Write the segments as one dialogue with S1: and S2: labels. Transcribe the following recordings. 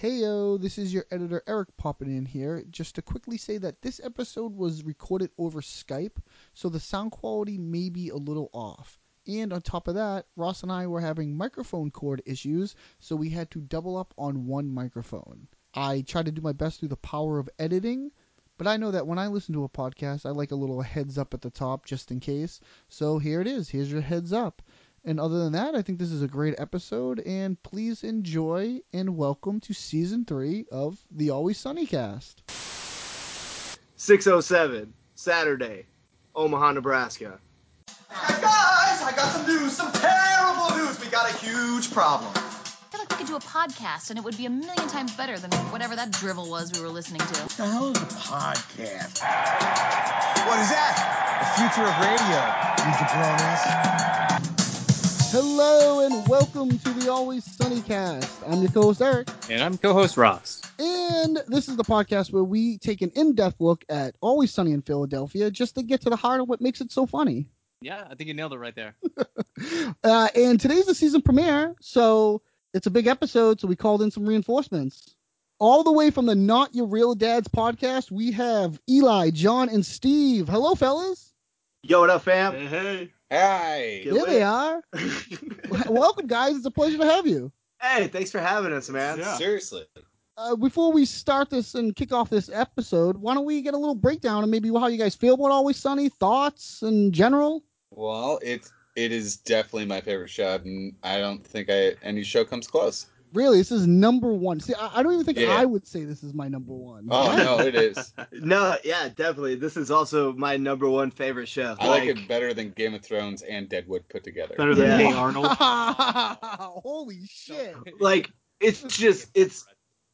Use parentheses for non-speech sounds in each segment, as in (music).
S1: Heyo, this is your editor Eric popping in here. Just to quickly say that this episode was recorded over Skype, so the sound quality may be a little off. And on top of that, Ross and I were having microphone cord issues, so we had to double up on one microphone. I tried to do my best through the power of editing, but I know that when I listen to a podcast, I like a little heads up at the top just in case. So here it is. Here's your heads up. And other than that, I think this is a great episode. And please enjoy and welcome to season three of the Always Sunny cast.
S2: 607, Saturday, Omaha, Nebraska.
S3: Guys, I got some news, some terrible news. We got a huge problem.
S4: I feel like we could do a podcast and it would be a million times better than whatever that drivel was we were listening to.
S5: the hell is a podcast?
S3: What is that? The future of radio, you jabronis.
S1: Hello and welcome to the Always Sunny cast. I'm your co host, Eric.
S6: And I'm co-host Ross.
S1: And this is the podcast where we take an in depth look at Always Sunny in Philadelphia just to get to the heart of what makes it so funny.
S6: Yeah, I think you nailed it right there.
S1: (laughs) Uh, and today's the season premiere, so it's a big episode, so we called in some reinforcements. All the way from the Not Your Real Dads podcast, we have Eli, John, and Steve. Hello, fellas.
S2: Yo, what up, fam?
S6: Hey, hey.
S5: Hey.
S2: Get
S1: there they
S2: lit.
S1: are. Welcome, guys. It's a pleasure to have you.
S2: hey, thanks for having us, man.
S6: Yeah.
S5: Seriously.
S1: Uh, before we start this and kick off this episode, why don't we get a little breakdown and maybe how you guys feel about Always Sunny, thoughts in general?
S5: Well, it's it is definitely my favorite show, and I don't think I any show comes close.
S1: Really, this is number one. See, I, I don't even think
S5: Yeah.
S1: I would say this is my number one.
S5: Oh no, it is.
S2: No, yeah, definitely. This is also my number one favorite show.
S5: I like it better than Game of Thrones and Deadwood put together.
S7: Better
S2: Yeah.
S7: than Hey Arnold.
S1: (laughs)
S6: (laughs)
S1: Holy shit.
S2: Like, it's just, it's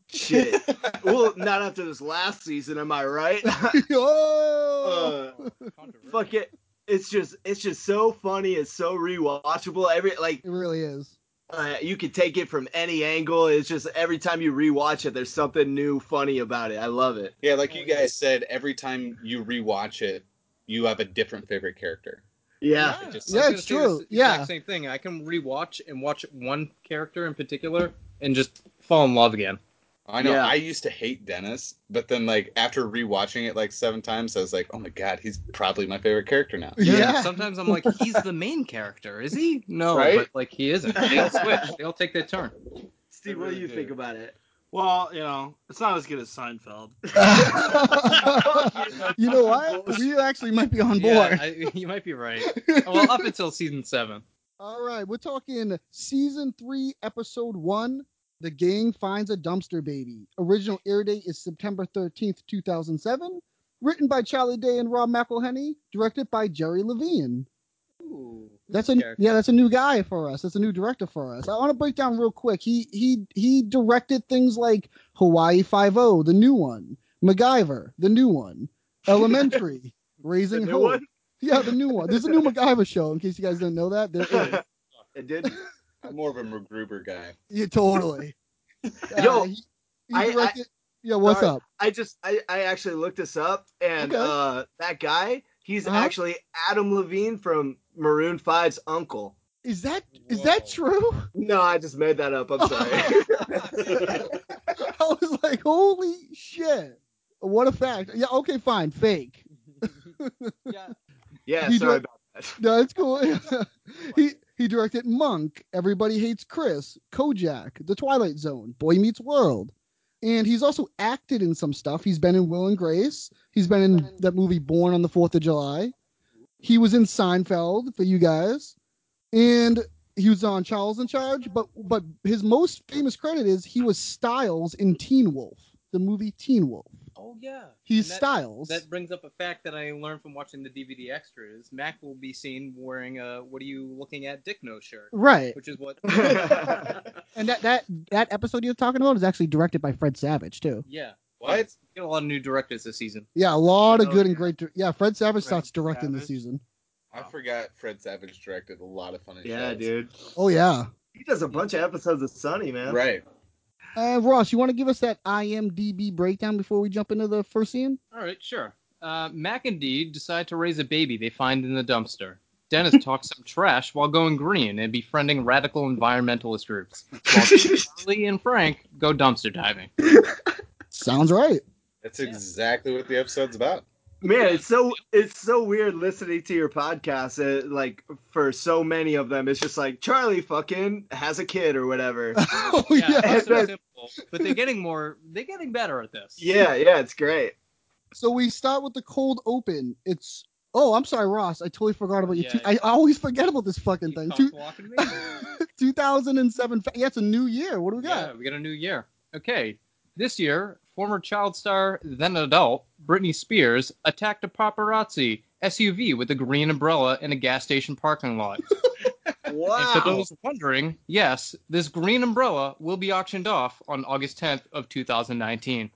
S2: shit. well, not after this last season, am I right? (laughs)
S6: Uh,
S1: oh!
S2: uh, fuck it. It's just, it's just so funny. It's so rewatchable. Every like,
S1: It really is. (laughs)
S2: uh, you can take it from any angle. It's just every time you rewatch it, there's something new, funny about it. I love it.
S5: Yeah, like you guys said, every time you rewatch it, you have a different favorite character.
S2: Yeah.
S5: Just
S1: Yeah,
S6: I was
S1: it's
S6: gonna say
S1: true.
S6: this
S1: Yeah.
S6: exact same thing. I can rewatch and watch one character in particular and just fall in love again.
S5: I know
S2: Yeah.
S5: I used to hate Dennis, but then like after rewatching it like seven times, I was like, oh my god, he's probably my favorite character now.
S1: Yeah.
S6: Sometimes I'm like, he's the main character, is he? No,
S5: Right?
S6: but like he (laughs) isn't. They all switch. They all take their turn.
S2: Steve,
S5: I
S2: what do
S5: really
S2: you
S5: do.
S2: think about it?
S7: Well, you know, it's not as good as Seinfeld.
S2: (laughs)
S1: you know what? We actually might be on
S6: Yeah,
S1: board.
S6: I, (laughs) you might be right. Well, up until season seven.
S1: All right, we're talking season three, episode one. The gang finds a dumpster baby. Original air date is September 13th, 2007. Written by Charlie Day and Rob McElhenney. Directed by Jerry Levine. That's a
S6: Character.
S1: yeah, that's a new guy for us. That's a new director for us. I want to break down real quick. He he he directed things like Hawaii Five O, the new one, MacGyver, the new
S2: (laughs)
S1: one, Elementary, Raising
S2: The new
S1: Hope.
S2: one?
S1: Yeah, the new one. There's a new MacGyver show. In case you guys didn't know that, there
S2: (laughs)
S1: is.
S2: It did.
S5: I'm more of a MacGruber guy.
S1: Yeah, totally.
S2: (laughs)
S1: Uh,
S2: Yo,
S1: he, he
S2: I- I-
S1: directed- yeah, what's
S2: Sorry.
S1: up?
S2: I just I, I actually looked this up and
S1: Okay.
S2: uh that guy, he's
S1: Uh-huh.
S2: actually Adam Levine from Maroon 5's uncle.
S1: Is that is that true? (laughs)
S2: No, I just made that up. (laughs) I'm sorry.
S1: I was like, holy shit! What a fact. Yeah, okay, fine, fake.
S2: yeah,
S1: You
S2: sorry
S1: do-
S2: about that.
S1: No, it's cool. (laughs) he he directed Monk, Everybody Hates Chris, Kojak, The Twilight Zone, Boy Meets World. And he's also acted in some stuff. He's been in Will and Grace. He's been in that movie Born on the Fourth of July. He was in Seinfeld for you guys. And he was on Charles in Charge, but but his most famous credit is he was Styles in Teen Wolf, the movie Teen Wolf.
S6: Oh yeah.
S1: He's
S6: And that-
S1: Styles.
S6: That brings up a fact that I learned from watching the DVD extras. Mac will be seen wearing a "What are you looking at, Dick?" No shirt,
S1: right.
S6: which is what.
S2: (laughs)
S1: And that, that that episode you're talking about is actually directed by Fred Savage too.
S6: Yeah.
S5: What?
S6: Get a lot of new directors this season.
S1: Yeah, a lot of
S7: Oh,
S1: good and
S7: yeah.
S1: great. dir- Yeah, Fred Savage
S7: Fred
S1: starts directing this
S7: Savage.
S1: season.
S5: I forgot Fred Savage directed a lot of funny
S2: yeah,
S5: shows.
S2: dude.
S1: Oh yeah.
S2: He does a bunch of episodes of Sunny, man.
S5: Right.
S1: Uh, Ross, you want to give us that IMDb breakdown before we jump into the first scene?
S6: All right, sure. Uh, Mac and Dee decide to raise a baby they find in the dumpster.
S8: Dennis talks some trash while going green and befriending radical environmentalist groups. While
S2: (laughs)
S8: Charlie and Frank go dumpster diving.
S1: Sounds right. (laughs)
S5: That's exactly what the episode's about.
S2: Man, it's so it's so weird listening to your podcast. Uh, like for so many of them, it's just like Charlie fucking has a kid
S1: (laughs)
S2: or whatever.
S1: oh
S8: Yeah,
S1: yeah.
S8: it's so simple, but they're getting more. They're getting better at this.
S2: yeah, yeah, it's great.
S1: So we start with the cold open. It's oh, I'm sorry, Ross. I totally forgot about you.
S8: Yeah,
S1: two-
S8: yeah.
S1: I always forget about this fucking
S8: You
S1: thing.
S8: cock (laughs)
S1: Two,
S8: blocking me?
S1: 2007. fa- Yeah, it's a new year. What do we
S8: yeah,
S1: got?
S8: we got a new year. Okay, this year, former child star, then adult, Britney Spears attacked a paparazzi SUV with a green umbrella in a gas station parking lot. And for
S2: Wow.
S8: those wondering, yes, this green umbrella will be auctioned off on August 10th of (laughs) 2019.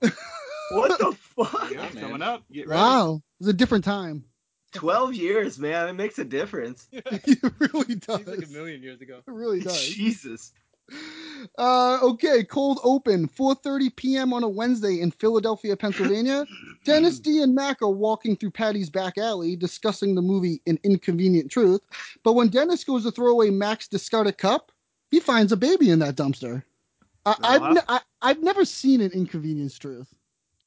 S2: what
S9: (laughs)
S2: the fuck?
S5: Yeah, man.
S9: coming up. Get ready.
S1: Wow, it's a different time. (laughs)
S2: Twelve years, man. It makes a difference.
S1: it really does. it
S8: million years ago.
S1: really does.
S2: Jesus.
S1: Uh, okay, cold open, 4:30 p.m. on a Wednesday in Philadelphia, Pennsylvania. Dennis D and Mac are walking through Patty's back alley, discussing the movie An Inconvenient Truth. But when Dennis goes to throw away Mac's discarded cup, he finds a baby in that dumpster. I, I've ne- I, I've never seen An Inconvenient Truth.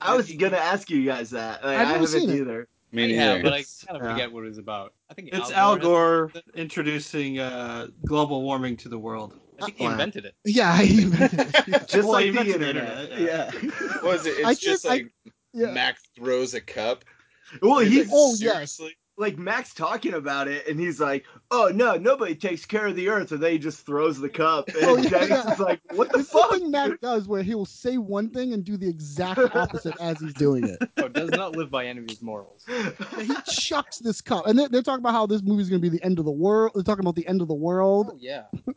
S2: I was gonna ask you guys that.
S1: I've
S2: Like, I
S1: never
S2: haven't
S1: seen it.
S2: either.
S5: Me
S8: yeah,
S5: neither.
S8: but I kind of
S2: Yeah.
S8: forget what it was about. I think
S9: It's Al
S8: had-
S9: Gore introducing uh, global warming to the world.
S8: I think he
S2: Wow.
S8: invented it.
S1: Yeah, I (laughs)
S2: Just
S9: Well,
S2: like
S9: you
S2: the
S9: mentioned the
S2: internet.
S9: internet,
S2: Yeah.
S9: (laughs)
S5: What was it?
S1: I
S5: It's just
S1: can't- I-
S5: like
S1: yeah.
S5: Mac throws a cup.
S2: well,
S5: You're
S2: he's
S5: like,
S1: oh, yes.
S5: seriously?
S2: like Max talking about it, and he's like, "Oh no, nobody takes care of the earth," and then he just throws the cup, and
S1: Oh, yeah,
S2: Dennis
S1: yeah.
S2: is like, "What the
S1: It's the
S2: fuck?"
S1: thing Mac does where he will say one thing and do the exact opposite as he's doing it.
S8: Oh, does not live by any of his morals.
S1: He chucks this cup, and they're, they're talking about how this movie's going to be the end of the world. They're talking about the end of the world.
S8: Oh, yeah.
S9: (laughs)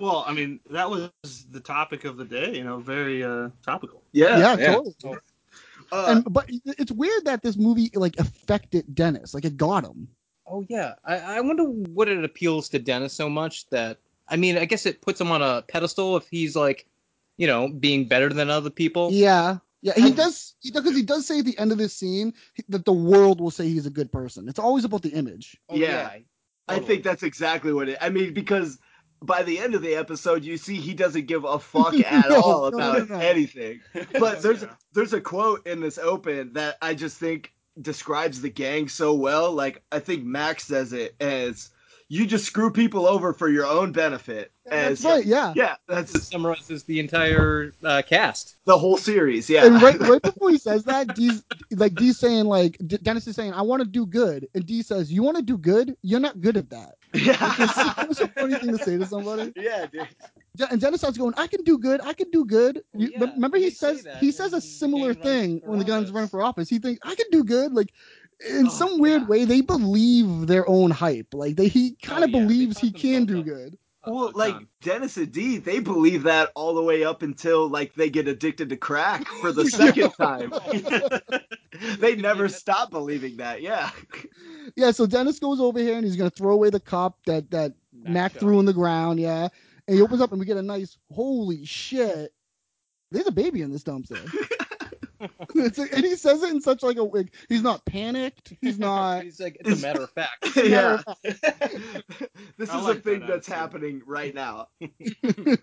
S9: Well, I mean, that was the topic of the day. You know, very uh, topical.
S2: Oh, Yeah,
S1: yeah,
S5: yeah.
S1: totally.
S2: uh,
S1: And but it's weird that this movie like affected Dennis, like it got him.
S8: Oh yeah, I, I wonder what it appeals to Dennis so much that I mean, I guess it puts him on a pedestal if he's like, you know, being better than other people.
S1: Yeah, yeah, he does. He because he does say at the end of this scene he- that the world will say he's a good person. It's always about the image.
S8: Oh,
S2: Yeah. I think that's exactly what it. I mean, because by the end of the episode, you see he doesn't
S1: (laughs)
S2: give a fuck at
S1: No,
S2: all
S1: no,
S2: about
S1: no, no. (laughs)
S2: anything. But there's
S9: Yeah.
S2: there's a quote in this open that I just think describes the gang so well. Like I think Max says it as, "You just screw people over for your own benefit."
S1: That's
S2: As
S1: right. Yeah.
S2: yeah,
S8: This
S2: that's
S8: summarizes the entire uh, cast.
S2: the whole series. Yeah,
S1: And right, right before he says that, D's like D's saying like D- Dennis is saying I want to do good, and D says you want to do good, you're not good at that.
S2: (laughs)
S1: (laughs)
S2: yeah,
S1: That was a funny thing to say to somebody.
S2: (laughs) yeah, dude.
S1: De- and Dennis starts going, I can do good, I can do good.
S8: Well,
S1: You-
S8: yeah,
S1: remember he
S8: they say
S1: says
S8: that
S1: he
S8: when
S1: says
S8: the
S1: a similar
S8: gang runs
S1: thing
S8: for
S1: when the guns
S8: office.
S1: run for office. He thinks I can do good. Like in
S2: Oh,
S1: some weird way, they believe their own hype. Like they, he kind
S8: Oh,
S1: of
S8: yeah, they
S1: believes
S8: puff
S1: he can do
S8: themselves
S1: good.
S2: Well,
S8: Good
S2: like
S8: time.
S2: Dennis and D, they believe that all the way up until like they get addicted to crack
S1: (laughs)
S2: for the second time. (laughs) they never stop believing that. Yeah. (laughs)
S1: Yeah. So Dennis goes over here and he's gonna throw away the cup that that Mac
S8: Show.
S1: threw in the ground. Yeah. And he opens up and we get a nice holy shit. There's a baby in this
S8: (laughs)
S1: dumpster. (laughs) It's like- and he says it in such like a like, he's not panicked. He's not.
S8: He's like, it's a matter of fact.
S2: yeah. (laughs) this
S9: I
S2: is a
S9: like
S2: thing
S9: that
S2: that's
S9: attitude.
S2: happening right now.
S1: and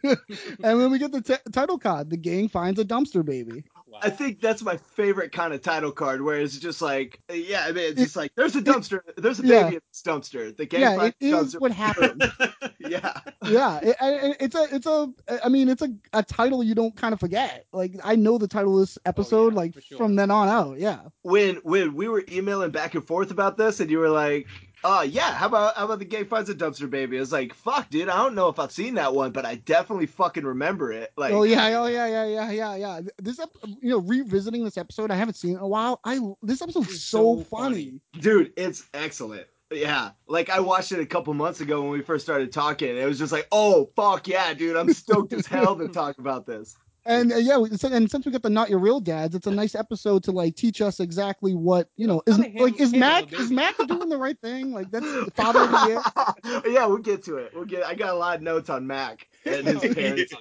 S1: then we get the t- title card. The gang finds a dumpster baby.
S8: Wow.
S2: I think that's my favorite kind of title card where it's just like yeah, I mean it's just like there's a dumpster there's a baby
S1: Yeah.
S2: in this dumpster. The gang
S1: yeah,
S2: finds
S1: it
S2: the
S1: is
S2: dumpster.
S1: what happened.
S2: (laughs)
S8: (laughs)
S2: yeah.
S1: yeah, it, I- I- it's a, it's a, I mean, it's a, a title you don't kind of forget. Like I know the title of this episode,
S8: Oh, yeah,
S1: like
S8: for sure.
S1: from then on out. Yeah,
S2: when when we were emailing back and forth about this, and you were like, "Oh yeah, how about how about the gay finds a dumpster baby?" I was like, "Fuck, dude, I don't know if I've seen that one, but I definitely fucking remember it." Like,
S1: oh yeah, oh yeah, yeah, yeah, yeah, yeah. This, ep- you know, revisiting this episode, I haven't seen it in a while. I this episode's
S8: It's
S1: so,
S8: so
S1: funny.
S8: funny.
S2: dude, it's excellent. Yeah, like I watched it a couple months ago when we first started talking. and It was just like, "Oh fuck yeah, dude, I'm stoked as hell to talk about this."
S1: And uh, yeah, we- so- and since we got the not your real dads, it's a nice episode to like teach us exactly what you know is
S8: Kinda handle-
S1: like. Is
S8: handle
S1: Mac
S8: the
S1: is
S8: baby.
S1: Mac doing the right thing? Like
S8: (laughs)
S1: that's the (laughs) father of the year.
S2: (laughs) yeah, we'll get to it. We'll get. I got a lot of notes on Mac and his parents.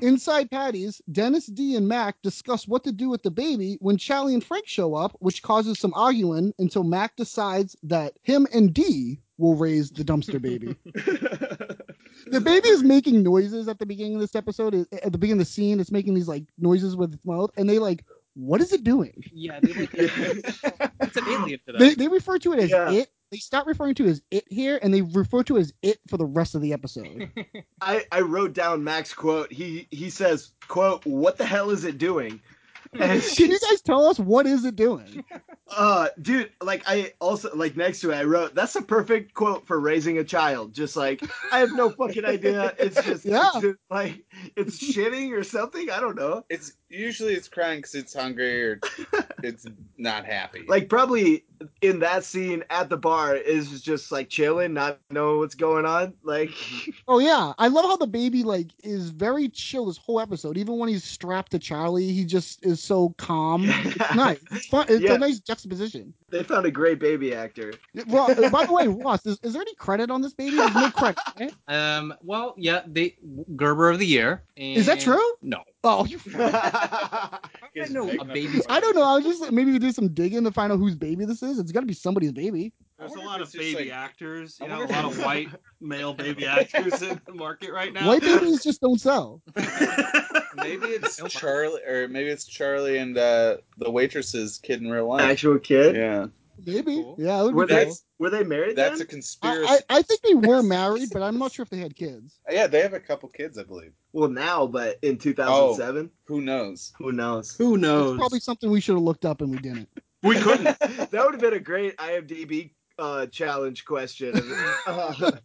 S1: Inside Patty's, Dennis D and Mac discuss what to do with the baby when Charlie and Frank show up, which causes some arguing until Mac decides that him and D will raise the dumpster baby. the baby is making noises at the beginning of this episode. it- At the beginning of the scene, it's making these like noises with its mouth, and they like, what is it doing?
S8: Yeah, they like,
S1: (laughs)
S8: it's an alien to them.
S1: They, they refer to it as
S2: Yeah.
S1: it. They stop referring to it as it here, and they refer to it as it for the rest of the episode.
S2: I, I wrote down Mac's quote. He he says, quote, what the hell is it doing? And
S1: (laughs) Can you guys tell us what is it doing?
S2: uh dude, like I also like next to it I wrote, that's a perfect quote for raising a child. Just like, I have no fucking idea.
S1: (laughs)
S2: It's just,
S1: Yeah.
S2: it's just, like it's shitting or something. I don't know.
S5: (laughs) It's usually it's crying because it's hungry
S1: (laughs)
S5: or it's not happy.
S2: Like probably in that scene at the bar is just like chilling, not knowing what's going on. Like (laughs)
S1: Oh yeah, I love how the baby like is very chill this whole episode. Even when he's strapped to Charlie, he just is so calm. It's nice. It's fun. It's
S2: Yeah.
S1: a nice juxtaposition.
S2: they found a great baby actor. (laughs)
S1: Ro- by the way, Ross, is, is there any credit on this baby? There's no credit. right?
S6: Um. Well, yeah. They Gerber of the Year. And
S1: Is that true?
S6: No.
S1: Oh, you. (laughs)
S5: It's
S6: know a
S5: big enough
S6: baby's-
S5: to-
S1: I don't know. I was just maybe we do some digging to find out whose baby this is. It's got to be somebody's baby.
S7: There's a
S5: wonder if
S7: lot
S5: it's
S7: of
S5: just,
S7: baby
S5: like-
S7: actors,
S5: I
S7: you know, a
S5: wonder
S7: lot
S5: if
S7: of
S5: it's- (laughs)
S7: white male baby actors in the market right now.
S1: White babies just don't sell.
S5: Maybe it's Charlie, or maybe it's Charlie and uh, the waitress's kid in real life.
S2: Actual kid.
S5: Yeah,
S1: Maybe.
S6: Cool.
S1: Yeah, it would be
S2: Were they
S1: cool.
S2: were they married?
S5: that's a
S2: then?
S5: conspiracy.
S1: I, I I think they were married, but I'm not sure if they had kids.
S5: yeah, they have a couple kids, I believe.
S2: well now, but in 2007,
S5: Who knows?
S2: who knows?
S7: Who
S1: It's
S7: knows?
S1: probably something we should have looked up and we didn't.
S7: We couldn't.
S2: (laughs) that would have been a great IMDb uh,
S1: (laughs)
S2: challenge question. Uh, this
S6: Don't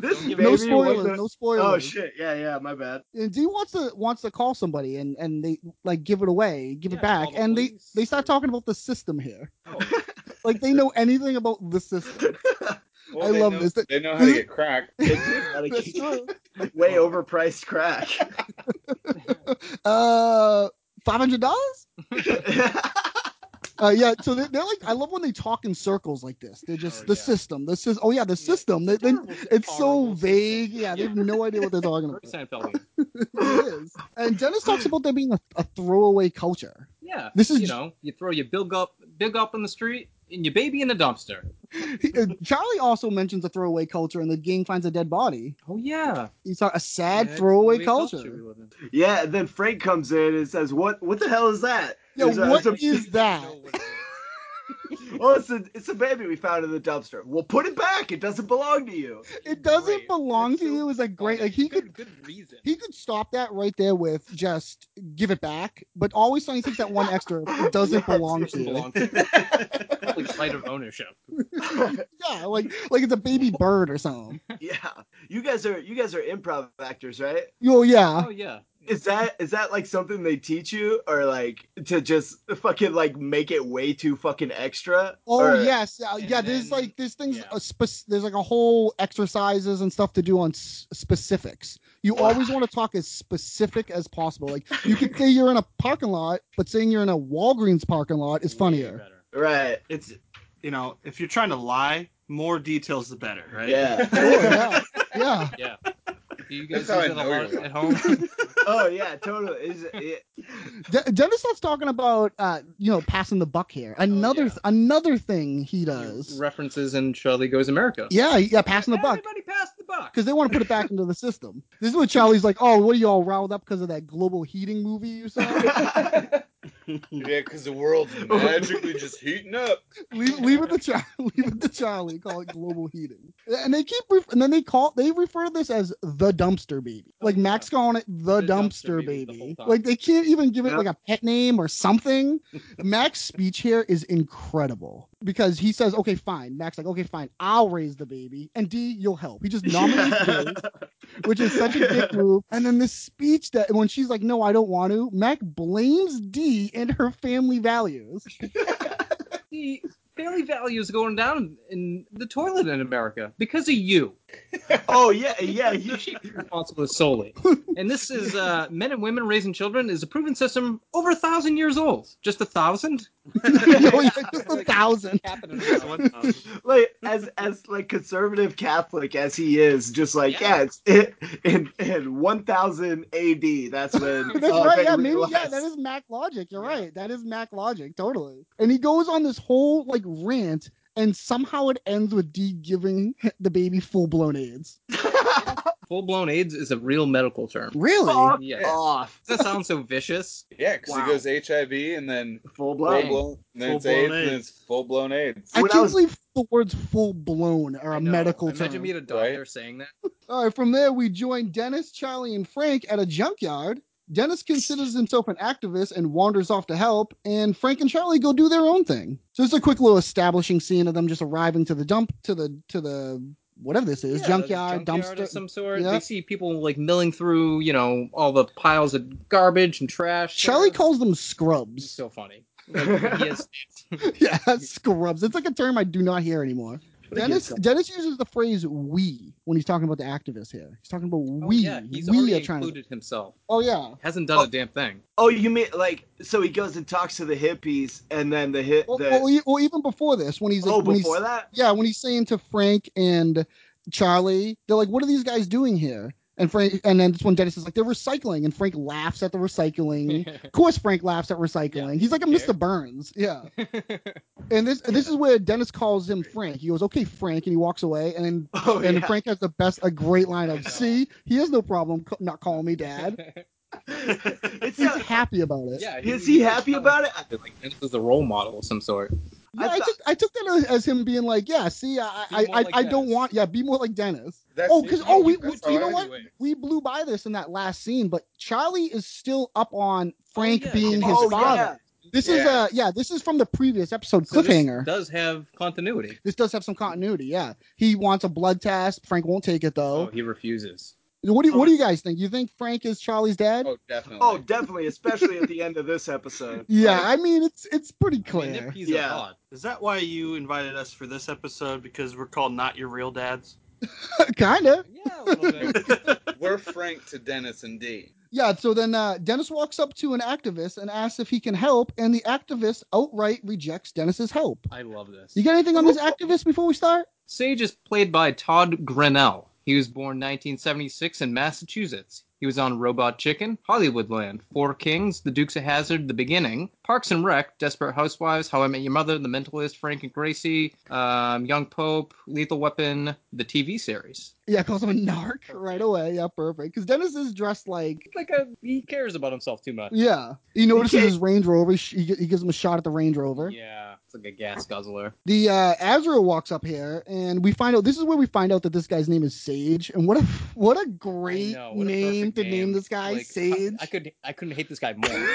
S6: give
S2: baby
S6: me
S1: no
S2: was
S1: spoilers.
S2: a-
S1: No
S2: Oh
S1: spoilers.
S2: shit! Yeah, yeah, my
S1: (laughs)
S2: bad.
S1: and D wants to wants to call somebody and and they like give it away, give
S8: Yeah,
S1: it back,
S8: call the
S1: and they
S8: police
S1: they start
S8: or-
S1: talking about the system here.
S8: Oh.
S1: (laughs) Like they know anything about the system.
S5: (laughs) Well,
S1: I
S5: they
S1: love
S5: know-
S1: this.
S5: They know how to
S1: (laughs)
S5: get crack.
S2: They did how to
S1: That's
S2: get
S1: true.
S2: way overpriced crack. (laughs)
S1: Uh, five hundred dollars. Uh, yeah. So they, they're like, I love when they talk in circles like this. They're just
S8: Oh,
S1: the
S8: yeah.
S1: system. This is oh yeah, the system. They, they,
S6: Terrible,
S1: it's so
S6: horrible
S1: vague.
S6: system.
S1: Yeah, they have no idea what they're talking
S8: (laughs)
S6: Very
S1: about.
S6: Seinfeldian.
S1: It is. And Dennis talks about there being a, a throwaway culture.
S6: Yeah.
S1: (laughs) This is-
S6: you know you throw your big up big up on the street and your baby in the dumpster.
S1: He- uh, Charlie also mentions a throwaway culture, and the gang finds a dead body.
S6: Oh yeah.
S1: He's a sad
S6: Yeah,
S1: throwaway
S6: we
S1: culture.
S6: we live in.
S2: yeah, and then Frank comes in and says, "What? What the hell is that?"
S1: Yeah,
S2: There's, uh,
S1: what
S2: some-
S6: (laughs)
S1: is that?
S2: Oh, it's a it's a baby we found in the dumpster. Well, put it back. It doesn't belong to you.
S1: It doesn't
S8: Great.
S1: belong
S8: That's
S1: to
S8: so
S1: you. Is like great.
S8: funny.
S1: Like he could
S8: good, good reason.
S1: he could stop that right there with just give it back, but always trying to take that one extra. It doesn't
S2: (laughs) Yes,
S1: belong to
S6: Doesn't
S1: you.
S6: belong to you. like right of ownership.
S1: (laughs) Yeah, like like it's a baby bird or something.
S2: (laughs) yeah, you guys are you guys are improv actors, right?
S1: Oh yeah.
S6: Oh yeah.
S2: Is that is that like something they teach you, or like to just fucking like make it way too fucking extra?
S1: Oh
S2: Or-
S1: yes, uh, yeah.
S8: and
S1: There's
S8: then-
S1: like there's things.
S8: yeah.
S1: A spec- there's like a whole exercises and stuff to do on s- specifics. You always want to talk as specific as possible. Like you could say you're in a parking lot, but saying you're in a Walgreens parking lot is
S8: Way
S1: funnier.
S8: better.
S2: Right.
S7: It's, you know, if you're trying to lie, more details the better,
S1: (laughs)
S7: right?
S2: Yeah.
S1: Sure, yeah, yeah.
S6: Do you guys do
S5: That's how I
S6: that a
S5: know
S6: lot
S5: you're
S6: at
S1: (laughs)
S6: home?
S2: oh yeah, totally. Is it,
S1: De- Dennis starts talking about uh, you know passing the buck here. Another
S8: Oh, yeah.
S1: th- another thing he does.
S6: References in Charlie Goes America.
S1: Yeah, yeah, passing the buck.
S8: Everybody pass the buck.
S1: because they want to put it back into the system. This is what Charlie's like. Oh, what are you all riled up because of that global heating movie you saw?
S2: (laughs)
S5: Yeah, because
S1: (laughs)
S5: the world's
S1: Oh.
S5: magically just heating up.
S1: leave, leave it to Charlie. (laughs) Leave it to Charlie. Call it global heating. And they keep ref- and then they call they refer to this as the dumpster baby. Like
S6: Oh, yeah.
S1: Max calling it the,
S6: The
S1: dumpster,
S6: dumpster baby the
S1: baby.
S6: whole time.
S1: like they can't even give it
S2: Yep.
S1: like a pet name
S6: (laughs)
S1: or something. Max's speech here is incredible because he says, "Okay, fine." Max like, "Okay, fine. I'll raise the baby, and D, you'll help."
S6: (laughs)
S1: He just nominates
S2: Yeah.
S1: Dee, which is such a dick move. And then this speech that when she's like, "No, I don't want to," Mac blames D and her
S6: (laughs)
S1: family values. (laughs)
S6: The family value is going down in the toilet in America because of you.
S2: oh yeah, yeah. You,
S6: Responsible
S1: (laughs)
S6: solely. And this is uh, men and women raising children is a proven system over a thousand years old. Just a thousand?
S1: No, yeah, just a thousand.
S8: (laughs)
S6: Happening
S7: It's
S6: now.
S7: one thousand.
S2: like as as like conservative Catholic as he is, just like
S6: Yeah.
S2: yeah, it's it, in in 1000 A.D. That's when.
S1: (laughs)
S8: Oh,
S1: That's
S2: uh,
S1: right.
S2: they
S1: Yeah, maybe. Yeah,
S2: realized.
S1: that is Mac logic. You're
S8: Yeah.
S1: right. That is Mac logic. Totally. And he goes on this whole like rant and somehow it ends with D giving the baby full blown AIDS.
S8: Full blown AIDS is a real medical term.
S1: Really?
S2: Fuck
S8: Yes.
S2: off.
S8: Does that sound
S1: (laughs)
S8: so vicious?
S5: Yeah, because
S2: Wow.
S5: it goes HIV and then
S2: Full
S5: full
S2: blown.
S5: blown, and then it's AIDS,
S7: Full-blown
S5: and then
S7: AIDS.
S5: it's full blown AIDS.
S1: I
S2: When I
S1: can't
S2: was-
S1: believe the words full blown are
S8: I
S1: a
S8: know.
S1: medical
S8: Imagine
S1: term.
S8: me at a doctor
S5: Right.
S8: saying that.
S1: All right, from there, we join Dennis, Charlie, and Frank at a junkyard. Dennis considers himself an activist and wanders off to help, and Frank and Charlie go do their own thing. So it's a quick little establishing scene of them just arriving to the dump, to the to the whatever this is,
S8: Yeah,
S1: junkyard,
S8: junkyard of
S1: dumpster.
S8: some sort.
S1: Yeah.
S8: They see people like milling through, you know, all the piles of garbage and trash.
S1: Charlie
S8: there.
S1: calls them (laughs)
S8: He's
S1: scrubs.
S8: so funny. Like, he is-
S1: yeah, scrubs. It's like a term I do not hear anymore. Dennis Dennis uses the phrase "we" when he's talking about the activists here. He's talking about
S8: oh,
S1: (laughs) we.
S8: yeah, he's
S1: we
S8: already
S1: are trying. To...
S8: included himself.
S1: Oh yeah.
S8: Hasn't done
S2: Oh.
S8: a damn thing.
S2: Oh, you mean like so he goes and talks to the hippies and then the hit
S1: Well,
S2: the
S1: well, e- well, even before this, when he's like,
S2: oh
S1: when he's-
S2: before that.
S1: yeah, when he's saying to Frank and Charlie, they're like, "What are these guys doing here?" And Frank, and then that's when Dennis is like, "They're recycling," and Frank laughs at the
S8: (laughs)
S1: recycling. of course, Frank laughs at recycling. He's like a
S8: Yeah.
S1: Mr. Burns,
S8: (laughs)
S1: yeah. And this this is where Dennis calls him Frank. He goes, "Okay, Frank," and he walks away. And then
S2: (laughs) Oh
S1: and
S2: yeah.
S1: Frank has the best, a great line of, "See, he has no problem c- not calling me
S8: (laughs)
S1: dad. (laughs)
S2: it's
S1: He's
S2: not,
S1: happy about it."
S8: yeah.
S2: is he happy about it?
S8: Like this is a role model of some sort.
S1: Yeah, I,
S2: I thought-
S1: took, I took that as him being like, yeah, see, I, I,
S8: Be
S1: I,
S8: more like
S1: I don't
S8: Dennis.
S1: want, yeah, be more like Dennis.
S5: That's-
S1: Oh, 'cause- oh, we-
S5: that's
S1: we- you know
S5: how I
S1: what?
S5: do it.
S1: We blew by this in that last scene, but Charlie is still up on Frank
S8: yeah,
S1: being his
S2: oh
S1: father.
S2: yeah.
S1: This is
S5: Yeah.
S1: uh yeah, this is from the previous episode,
S8: So this
S1: cliffhanger. This,
S8: does have continuity.
S1: does have some continuity. Yeah, he wants a blood test. Frank won't take it
S8: Oh,
S1: though.
S8: he refuses.
S1: What do you, what do you guys think? You think Frank is Charlie's dad?
S5: Oh, definitely.
S2: Oh, (laughs) definitely, especially at the end of this episode.
S1: yeah, I mean it's it's pretty
S8: I mean,
S1: clear.
S8: they're peas
S2: Yeah.
S8: in a pod.
S7: (laughs) Is that why you invited us for this episode? Because we're called Not Your Real Dads?
S1: (laughs) Kinda.
S8: Yeah, a little
S2: (laughs)
S8: bit.
S5: We're Frank to Dennis and D.
S1: Yeah, so then uh, Dennis walks up to an activist and asks if he can help, and the activist outright rejects Dennis's help.
S8: I love this.
S1: You got anything on
S8: Oh.
S1: this activist before we start?
S8: Sage is played by Todd Grinnell. He was born 1976 in Massachusetts. He was on Robot Chicken, Hollywoodland, Four Kings, The Dukes of Hazard, The Beginning, Parks and Rec, Desperate Housewives, How I Met Your Mother, The Mentalist, Frank and Gracie, um, Young Pope, Lethal Weapon, the TV series.
S1: Yeah, calls him a
S8: (laughs)
S1: narc right away. Yeah, perfect. Because Dennis is dressed like,
S8: Like a, he cares about himself too much.
S1: yeah. He notices
S2: Okay.
S1: his Range Rover. He, he he gives him a shot at the Range Rover.
S8: Yeah, it's like a gas guzzler.
S1: The uh, Azrael walks up here, and we find out this is where we find out that this guy's name is Sage. And what a what a great
S8: I know, what a
S1: name
S8: perfect
S1: to name this guy,
S8: Like, (laughs)
S1: Sage.
S8: I, I could I couldn't hate this guy more.
S1: (laughs)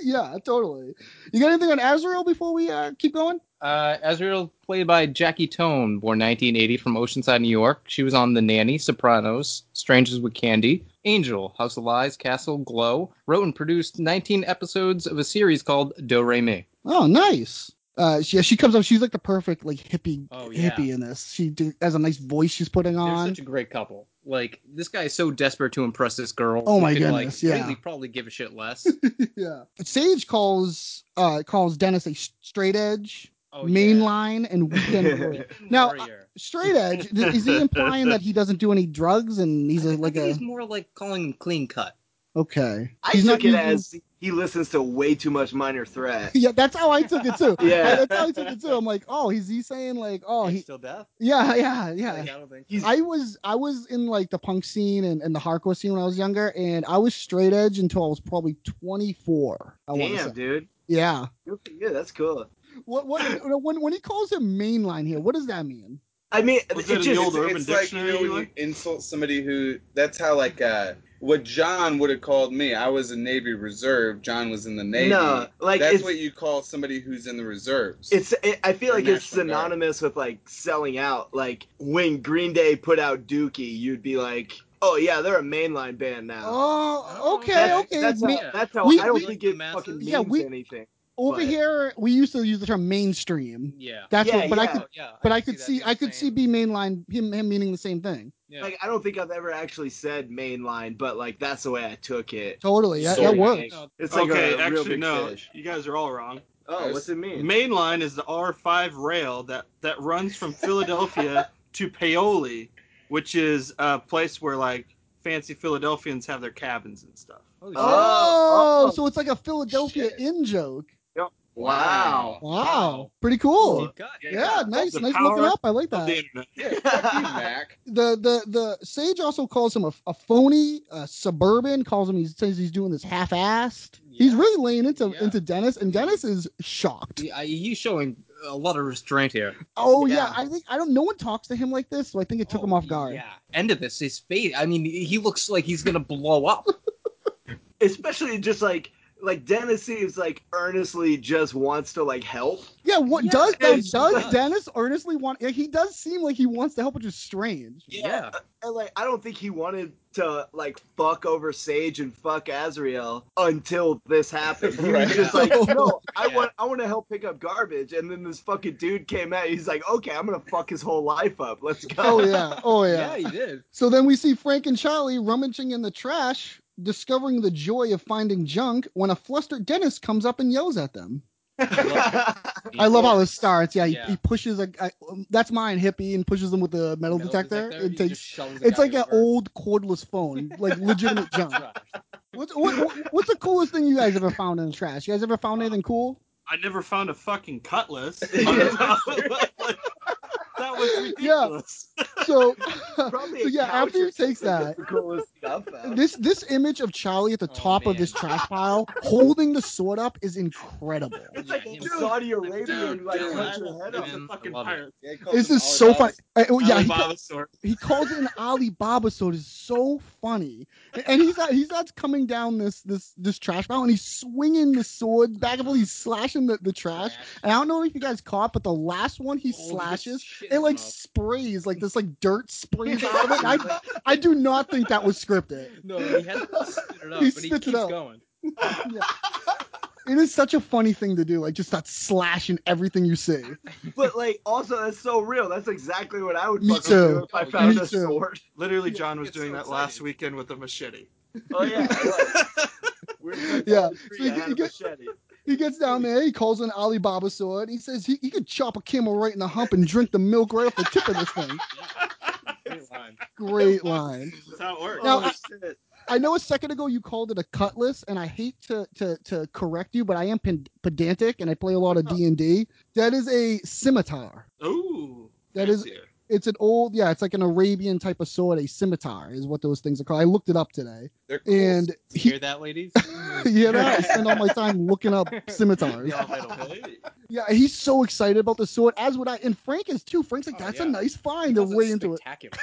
S1: yeah, totally. You got anything on Azrael before we uh, keep going?
S8: (laughs) Uh, Azriel, played by Jackie Tone, born 1980 from Oceanside, New York. She was on The Nanny, Sopranos, Strangers with Candy, Angel, House of Lies, Castle, Glow. Wrote and produced 19 episodes of a series called Do Re Mi.
S1: Oh, nice. Uh, she, yeah, she comes up. She's like the perfect like hippie
S8: Oh, yeah.
S1: hippie in this. She do, has a nice voice she's putting
S8: They're
S1: on.
S8: such a great couple. Like this guy is so desperate to impress this girl.
S1: Oh
S8: he
S1: my
S8: could,
S1: goodness,
S8: Like,
S1: yeah.
S8: Really, probably give a shit less.
S1: (laughs) yeah. Sage calls uh, calls Dennis a sh- straight edge,
S8: Oh,
S1: mainline, and
S2: (laughs)
S1: weekend warrior.
S8: Yeah.
S1: Now,
S8: Warrior.
S1: Straight edge th- is he implying that he doesn't do any drugs and he's
S8: I
S1: a,
S8: think
S1: like a
S2: (laughs)
S8: he's more like calling him clean cut.
S1: okay?
S2: I
S1: He's
S2: took it
S1: using-
S2: as he listens to way too much Minor Threat.
S1: (laughs) yeah. That's how I took it too.
S2: Yeah.
S1: I- that's how I took it too. I'm like, oh, is he saying like, oh,
S8: He's
S1: he,
S8: still deaf.
S1: yeah, yeah, yeah.
S8: Like, I don't think.
S2: He's
S1: I was I was in like the punk scene and, and the hardcore scene when I was younger, and I was straight edge until I was probably 24. I wanna
S2: damn,
S1: say.
S2: dude.
S1: Yeah.
S2: Good for you. That's cool.
S1: What what when when he calls him mainline here, what does that mean?
S2: I mean,
S7: Was
S2: it
S7: it in
S2: just
S7: the old Urban
S5: it's like you
S7: Dictionary
S5: know
S7: you
S5: when you insult somebody who that's how like uh what John would have called me. I was a Navy reserve. John was in the Navy.
S2: no, like
S5: that's
S2: it's
S5: what you call somebody who's in the reserves.
S2: it's. It, I feel
S5: Or
S2: like it's
S5: National Guard.
S2: synonymous with like selling out. Like when Green Day put out Dookie, you'd be like, "Oh yeah, they're a mainline band now."
S1: Oh, okay,
S2: that's,
S1: okay.
S2: That's
S1: Ma-
S2: how. That's how
S1: we-
S2: I don't
S1: we-
S2: think
S8: the
S2: it
S8: masses.
S2: fucking means
S1: Yeah, we-
S2: anything.
S1: Over
S2: but-
S1: here, we used to use the term mainstream.
S8: Yeah.
S1: That's
S2: Yeah,
S1: what, but I
S2: yeah.
S1: could,
S8: Oh, yeah.
S1: (laughs) but I,
S8: can
S1: could
S8: that
S1: see,
S8: being
S1: I could
S8: the
S1: see
S8: same.
S1: B mainline him him meaning the same thing.
S8: Yeah.
S2: Like I don't think I've ever actually said mainline, but like that's the way I took it.
S1: Totally, that, that
S5: Sorry.
S1: works.
S8: No,
S2: It's like
S7: okay,
S2: a, a real
S7: actually,
S2: big
S7: no.
S2: fish.
S7: You guys are all wrong.
S2: Oh, what's it mean?
S7: Mainline is the R5 rail that, that
S2: (laughs)
S7: runs from Philadelphia to Paoli, which is a place where, like, fancy Philadelphians have their cabins and stuff.
S8: Holy
S1: Oh,
S2: Oh, oh.
S1: so it's like a Philadelphia
S5: Shit.
S1: in joke.
S7: Wow.
S1: Wow, pretty cool.
S5: God,
S1: Yeah, nice,
S7: The
S1: nice
S7: power
S1: looking up. I like
S7: Of
S2: Uh,
S1: that.
S7: the internet.
S5: fuck
S1: (laughs)
S5: you, Mac.
S1: the the the sage also calls him a, a phony, a suburban. Calls him. He says he's doing this half-assed. He's
S8: Yeah.
S1: really laying into
S8: Yeah.
S1: into Dennis, and Dennis is shocked.
S8: He- I- He's showing a lot of restraint here.
S1: Oh yeah.
S2: Yeah.
S1: I think I don't. No one talks to him like this, so I think it took him
S8: Oh,
S1: off guard.
S8: Yeah. End of this. His face. I mean, he looks like he's gonna blow up.
S2: (laughs) Especially just like like Dennis seems like earnestly just wants to like help.
S1: Yeah, what
S8: Yeah,
S1: does now,
S2: it's-
S1: does Dennis earnestly want? yeah, He does seem like he wants to help, which is
S8: (laughs)
S1: strange.
S8: (laughs) Yeah.
S2: And like I don't think he wanted to like fuck over Sage and fuck Azrael until this happened. He
S5: Right.
S2: was
S1: (laughs)
S2: just like, no, I
S8: Yeah.
S2: want I want to help pick up garbage. And then this fucking dude came out. He's like, okay, I'm gonna fuck his whole life up. Let's go.
S1: Oh yeah, oh yeah.
S8: Yeah, he did.
S1: So then we see Frank and Charlie rummaging in the trash, discovering the joy of finding junk when a flustered Dennis comes up and yells at them. (laughs) I love how this starts. Yeah, he,
S8: Yeah.
S1: he pushes a, I- um, that's mine hippie and pushes him with the metal, detector.
S8: he
S1: It takes
S8: just shoves the
S1: it's
S8: guy
S1: like an
S8: over.
S1: old cordless phone, like legitimate junk.
S8: Trash.
S1: What's what, what- what's the coolest thing you guys ever found in the trash? You guys ever found anything cool?
S7: I never found a fucking cutlass.
S2: (laughs)
S1: (laughs)
S2: Yeah.
S7: that was ridiculous.
S1: So,
S2: Probably
S1: so
S2: a
S1: yeah,
S2: couch
S1: after
S2: or
S1: he takes
S2: something
S1: that,
S2: was the coolest stuff.
S1: (laughs)
S2: though.
S1: this this image of Charlie at the
S8: Oh,
S1: top of this
S8: man.
S1: trash pile holding the sword up is incredible.
S2: It's like
S8: Dude,
S2: Saudi Arabia,
S7: Dude,
S2: you, like
S7: dude,
S2: punch
S7: I
S2: your head
S7: love
S2: off.
S7: the
S8: Man,
S7: fucking
S8: I love it.
S7: pirate.
S5: Yeah, he
S1: (laughs)
S5: calls
S1: This
S5: him
S1: is so funny.
S5: Alibaba.
S1: Uh, oh, yeah, he,
S7: Alibaba sword.
S1: he calls it an Alibaba sword. It's so funny, and he's not he's not coming down this this this trash pile, and he's swinging the sword back and forth. He's slashing the, the trash, and I don't know if you guys caught, but the last one he
S8: Oh, he
S1: slashes,
S8: just shit
S1: it
S8: him
S1: like
S8: up.
S1: sprays like this like dirt sprays out of it.
S2: (laughs)
S1: And I I do not think that was scripted.
S8: No,
S1: (laughs)
S8: he had to spit it
S1: He
S8: up, but he
S1: spits it
S8: keeps
S1: out.
S8: going.
S1: It is such a funny thing to do, like just start slashing everything you see.
S2: But like, also that's so real. That's exactly what I would
S1: Me
S2: fucking do
S1: too.
S2: if I
S8: Me
S2: found a
S1: too.
S2: sword.
S7: Literally, John was
S8: It's so
S7: doing that last
S8: exciting.
S7: weekend with a machete.
S2: Oh (laughs) yeah. like, we're going down
S1: Yeah.
S2: the street,
S1: So you
S2: I
S1: get-
S2: had
S1: you
S2: a
S1: get-
S2: machete. (laughs)
S1: He gets down there, he calls an Alibaba sword. He says he, he could chop a camel right in the hump and drink the milk right off the tip of this thing.
S8: Great line.
S1: Great line.
S7: This is how it works.
S1: Now,
S2: oh,
S1: I-
S2: shit.
S1: I know a second ago you called it a cutlass, and I hate to to, to correct you, but I am pen- pedantic and I play a lot
S8: Oh.
S1: of D and D. That is a scimitar.
S7: Ooh,
S1: That is-
S7: fancier.
S1: It's an old, yeah, it's like an Arabian type of sword. A scimitar is what those things are called. I looked it up today,
S5: They're cool.
S1: and
S8: You
S1: he,
S8: hear
S1: (laughs)
S8: that, ladies? Mm.
S1: you know,
S8: (laughs)
S1: I spend all my time looking up scimitars.
S7: Yeah, hey.
S1: Yeah, he's so excited about the sword, as would I. And Frank is too. Frank's like,
S8: Oh,
S1: that's
S8: yeah.
S1: a nice
S8: He
S1: find. They're
S8: does
S1: way into it.
S8: spectacular.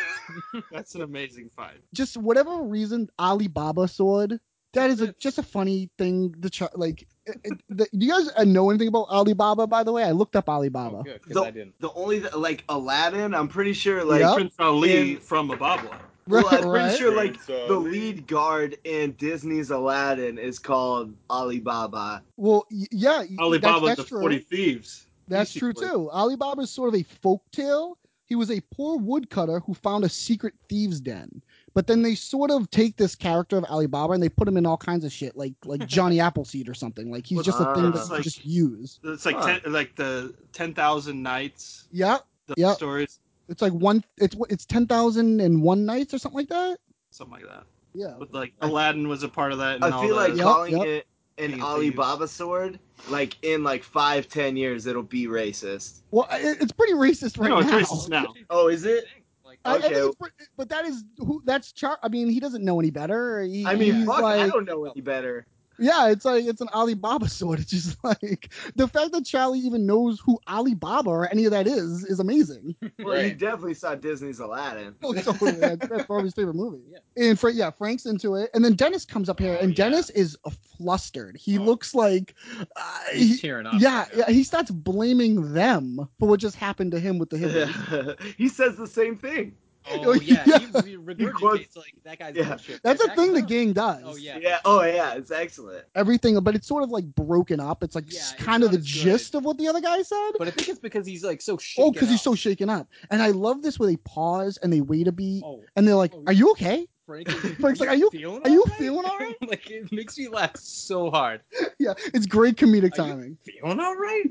S7: That's an amazing find.
S1: Just whatever reason, Alibaba sword. That is a, just a funny thing. The ch- like, it, it- the, do you guys uh, know anything about Alibaba? By the way, I looked up Alibaba.
S8: Oh, good, 'cause
S2: The-
S8: I didn't.
S2: The only th- like Aladdin, I'm pretty sure like
S1: Yep.
S7: Prince Ali
S2: In-
S7: from Ababla.
S2: well, I'm
S1: (laughs)
S2: pretty
S1: Right?
S2: sure like
S5: Prince Ali.
S2: the
S5: (laughs)
S2: lead guard in Disney's Aladdin is called Alibaba.
S1: Well, y- yeah, y-
S7: Alibaba
S1: that's,
S7: the
S1: that's true.
S7: Forty Thieves.
S1: That's
S7: Easy
S1: true
S7: place.
S1: too. Alibaba is sort of a folktale. He was a poor woodcutter who found a secret thieves' den. But then they sort of take this character of Alibaba and they put him in all kinds of shit, like like Johnny Appleseed or something. Like he's
S7: Well,
S1: just a thing
S2: it's
S1: that's
S7: like-
S1: just used.
S7: It's like
S2: Huh.
S7: ten, like the Ten Thousand Nights.
S1: Yeah,
S7: The
S1: Yeah.
S7: stories,
S1: it's like one. It's it's ten thousand and one nights or something like that.
S7: something like that.
S1: Yeah, (laughs)
S7: With like Aladdin was a part of that. And
S2: I
S7: all
S2: feel
S7: the-
S2: like
S1: Yep,
S2: calling
S1: yep.
S2: it
S7: King
S2: an
S7: of
S2: Alibaba sword, like in like five, ten years, it'll be racist.
S1: well, it, it's pretty racist right
S7: no, it's
S1: now.
S7: racist now.
S2: Oh, is it?
S8: Like,
S1: I- I think
S2: Okay.
S1: it's pre- but that is who that's Char. I mean, he doesn't know any better. He-
S2: I mean,
S1: he's
S2: fuck, I
S1: like-
S2: don't know any better.
S1: Yeah, it's like it's an Alibaba (laughs) sword. It's just like the fact that Charlie even knows who Alibaba or any of that is is
S2: (laughs)
S1: amazing.
S2: Well, you
S5: Right.
S2: definitely saw Disney's Aladdin.
S1: Oh, totally. That's, that's probably his favorite movie.
S8: Yeah.
S1: And Fra- yeah, Frank's into it, and then Dennis comes up here,
S8: Oh,
S1: and
S8: yeah.
S1: Dennis is uh, flustered. He
S8: Oh.
S1: looks like, uh,
S8: he's
S1: he,
S8: tearing up.
S1: yeah,
S8: right now.
S1: yeah, he starts blaming them for what just happened to him with
S8: (laughs)
S1: the hip.
S2: (laughs) he says the same thing.
S8: Oh yeah,
S1: Yeah.
S8: He, re- regurgitates
S2: quotes-
S8: like that guy's
S2: Yeah.
S8: bullshit.
S1: That's a
S8: That
S1: thing the
S8: guy-
S1: gang does.
S8: Oh yeah.
S2: Yeah. Oh, yeah. It's excellent.
S1: Everything, but it's sort of like broken up. It's like
S8: Yeah, it's
S1: kind of
S8: not
S1: the
S8: as good.
S1: gist of what the other guy said.
S8: But I think it's because he's like so shaken.
S1: Oh, because he's
S8: up.
S1: so shaken up. And I love this where they pause and they wait a beat
S8: Oh,
S1: and they're like,
S8: Oh,
S1: "Are you
S8: (laughs)
S1: okay?" (laughs)
S8: Frank. is-
S1: Frank's like, "Are you-
S8: feeling
S1: are you
S8: alright?" (laughs)
S1: feeling alright?
S8: like it makes me laugh so hard.
S1: Yeah, it's great comedic
S8: Are you-
S1: timing.
S8: Feeling all right?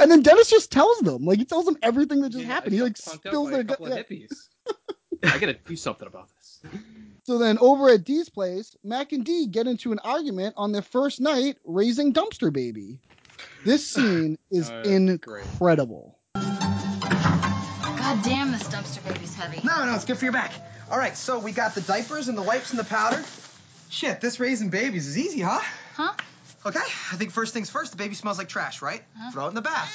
S1: And then Dennis just tells them, like, he tells them everything that just
S8: Yeah, I
S1: happened. He
S8: got
S1: like
S8: punked out
S1: spills
S8: by
S1: their
S8: a couple
S1: gut. yeah.
S8: of
S1: (laughs)
S8: hippies. I gotta do something about this.
S1: So then, over at Dee's place, Mac and Dee get into an argument on their first night raising Dumpster Baby. This scene is
S5: Uh, great.
S1: incredible.
S4: God damn, this dumpster baby's heavy.
S10: No, no, it's good for your back. All right, so we got the diapers and the wipes and the powder. Shit, this raising babies is easy, huh?
S4: Huh?
S10: Okay, I think first things first, the baby smells like trash, right?
S4: Huh?
S10: Throw it in the bath.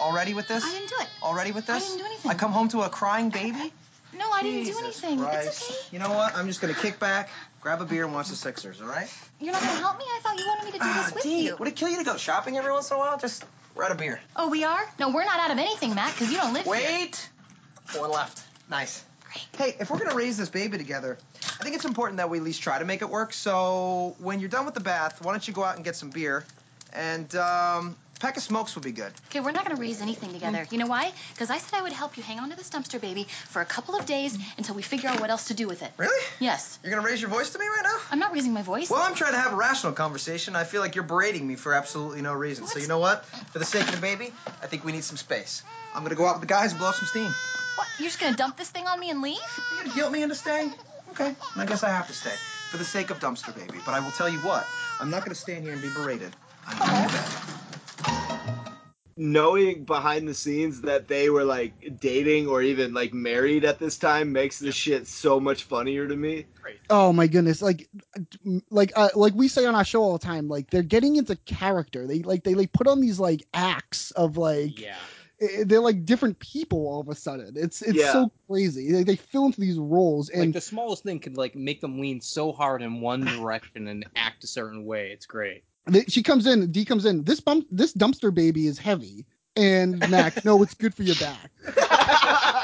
S10: Already with this?
S4: I didn't do it.
S10: Already with
S4: I
S10: this?
S4: didn't do anything.
S10: I come home to a crying baby?
S4: No, I didn't do
S10: Jesus
S4: anything.
S10: Christ.
S4: It's okay.
S10: You know what? I'm just gonna kick back, grab a beer, and watch the Sixers, all right?
S4: You're not gonna help me? I thought you wanted me to do this with
S10: Ah, gee,
S4: you.
S10: Would it kill you to go shopping every once in a while? Just grab a beer.
S4: Oh, we are? No, we're not out of anything, Matt, because you don't live here.
S10: Wait! One left. Nice.
S4: Great.
S10: Hey, if we're gonna raise this baby together, I think it's important that we at least try to make it work. So when you're done with the bath, why don't you go out and get some beer? And um, pack of smokes would be good.
S4: Okay, we're not gonna raise anything together.
S10: Mm.
S4: You know why? Because I said I would help you hang on to this dumpster baby for a couple of days until we figure out what else to do with it.
S10: Really?
S4: Yes.
S10: You're gonna raise your voice to me right now?
S4: I'm not raising my voice.
S10: Well, I'm trying to have a rational conversation. I feel like you're berating me for absolutely no reason. So you know what? For the sake of the baby, I think we need some space. I'm gonna go out with the guys and blow up some steam.
S4: What? You're just gonna dump this thing on me and leave?
S10: You gonna guilt me into staying? Okay, I guess I have to stay for the sake of dumpster baby. But I will tell you what, I'm not gonna stand here and be berated. I'm going to bed.
S2: knowing behind the scenes that they were like dating or even like married at this time makes this shit so much funnier to me.
S1: Oh my goodness! Like, like, uh, like we say on our show all the time. Like, they're getting into character. They like they like put on these like acts of like
S5: Yeah.
S1: i- they're like different people all of a sudden. It's it's
S2: Yeah.
S1: so crazy. They, they fill into these roles
S8: Like
S1: and
S8: the smallest thing could like make them lean so hard in one direction and act a certain way.
S1: (laughs)
S8: It's great.
S1: th- she comes in. D comes in. This bump, this dumpster baby is heavy. And Mac, no, it's good for your back.
S8: (laughs)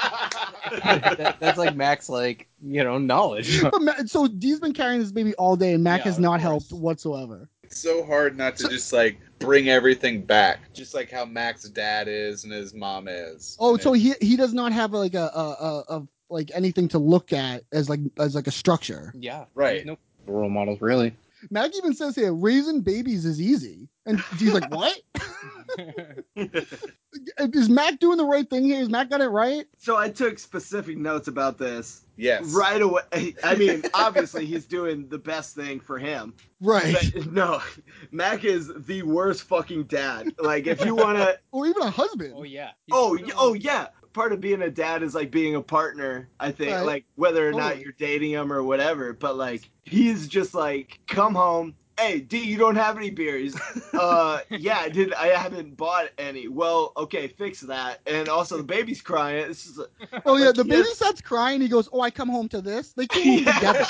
S8: That- that's like Max, like you know, knowledge. (laughs)
S1: But Ma- so D's been carrying this baby all day, and Mac
S8: Yeah,
S1: has
S8: of
S1: not
S8: course.
S1: helped whatsoever.
S5: It's so hard not to just like bring everything back, just like how Mac's dad is and his mom is.
S1: Oh,
S5: And
S1: so
S5: it-
S1: he he does not have like a, a, a, a like anything to look at as like as like a structure.
S8: yeah,
S5: Right.
S8: No role models, really.
S1: Mac even says here, raising babies is easy, and D's
S8: (laughs)
S1: like, what? (laughs) Is Mac doing the right thing here? Is Mac got it right?
S2: So I took specific notes about this
S5: yes, (laughs)
S2: right away. I mean, obviously he's doing the best thing for him.
S1: Right.
S2: But no, Mac is the worst fucking dad. Like if you want to
S1: Or even a husband.
S8: oh yeah.
S2: Oh, y- oh yeah. Part of being a dad is like being a partner. I think,
S1: Right.
S2: like whether or not
S1: Totally.
S2: you're dating him or whatever. But like, he's just like, come home. Hey, D, you don't have
S1: (laughs)
S2: any beers. uh, yeah, I did. I haven't bought any. Well, okay, fix that. And also, the baby's crying. It's just,
S1: (laughs) Oh yeah, the
S2: Like,
S1: baby
S2: yes.
S1: starts crying. He goes, "Oh, I come home to this." They
S8: (laughs)
S1: came home together.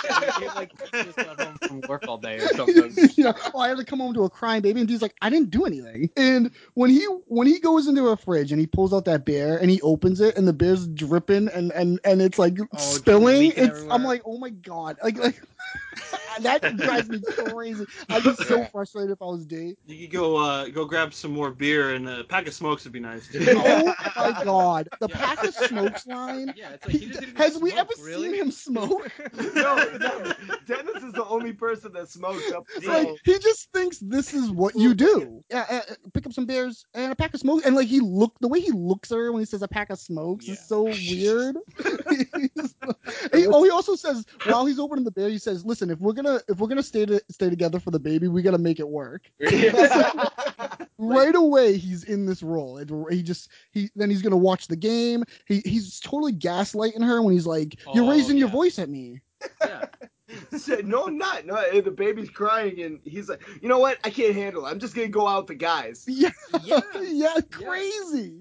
S8: like just got home from work all day or something.
S1: (laughs) you know, oh, I had to come home to a crying baby, and he's like, "I didn't do anything." And when he when he goes into a fridge and he pulls out that beer and he opens it and the beer's dripping and and and it's like spilling.
S8: Oh, leaking
S1: It's I'm
S8: everywhere.
S1: like, oh my god, like like (laughs) that drives me crazy. I'd be so
S5: Yeah.
S1: frustrated if I was Dave.
S7: You could go uh, go grab some more beer and a pack of smokes would be nice. Too.
S1: Oh my god, the
S8: Yeah.
S1: pack of smokes line.
S8: Yeah, it's like he doesn't even
S1: Has we
S8: smoke,
S1: ever seen him smoke?
S2: (laughs) no, no. Dennis is the only person that smokes up
S1: It's
S2: until-
S1: like he just thinks this is what you do. Yeah, uh, uh, pick up some beers and a pack of smokes. And like he look the way he looks at her when he says a pack of smokes
S8: Yeah.
S1: is so (laughs) weird. He's- he- oh, he also says while he's opening the beer, he says, "Listen, if we're gonna if we're gonna stay to, stay together for the baby, we gotta make it work." right away, he's in this role. It, he just he then he's gonna watch the game. He he's totally gaslighting her when he's like, "You're
S8: Oh,
S1: raising your
S8: yeah.
S1: voice at me."
S8: Yeah.
S2: said, "No, I'm not. No, eh, the baby's crying, and he's like, you know what? I can't handle. it. I'm just gonna go out with the guys."
S1: Yeah,
S8: Yeah.
S1: yeah,
S8: (laughs)
S1: crazy.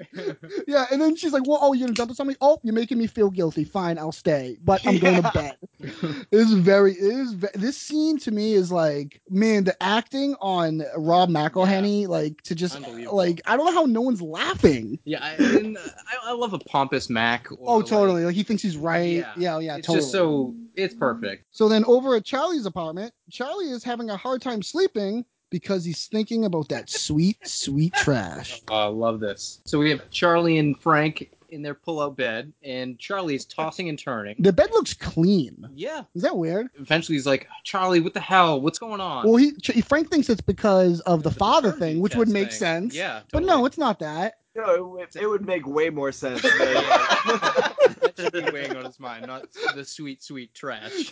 S1: yeah, and then she's like, "Well, oh, you're gonna dump it on me? Oh, you're making me feel guilty. Fine, I'll stay, but I'm going to bed." It's very, it is. ve- This scene to me is like, man, the acting on Rob McElhenney, like to just
S8: Unbelievable.
S1: like, I don't know how no one's laughing.
S8: Yeah, I, and, uh, I, I love a pompous Mac. Or,
S1: Oh,
S8: like,
S1: totally. Like he thinks he's right. Yeah,
S8: Yeah.
S1: yeah,
S8: it's
S1: totally.
S8: just so it's perfect.
S1: So then over at Charlie's apartment, Charlie is having a hard time sleeping because he's thinking about that sweet, sweet trash.
S8: I Uh, love this. So we have Charlie and Frank in their pull-out bed, and Charlie's tossing and turning.
S1: The bed looks clean.
S8: Yeah.
S1: Is that weird?
S8: Eventually, he's like, "Charlie, what the hell? What's going on?"
S1: Well, he Ch- Frank thinks it's because of the
S8: The
S1: father
S8: paternity
S1: thing, which
S8: test
S1: would make
S8: thing.
S1: sense.
S8: Yeah.
S1: But no, it's not that.
S2: You know, it, it would make way more sense.
S8: That should be weighing on his mind, not the sweet, sweet trash.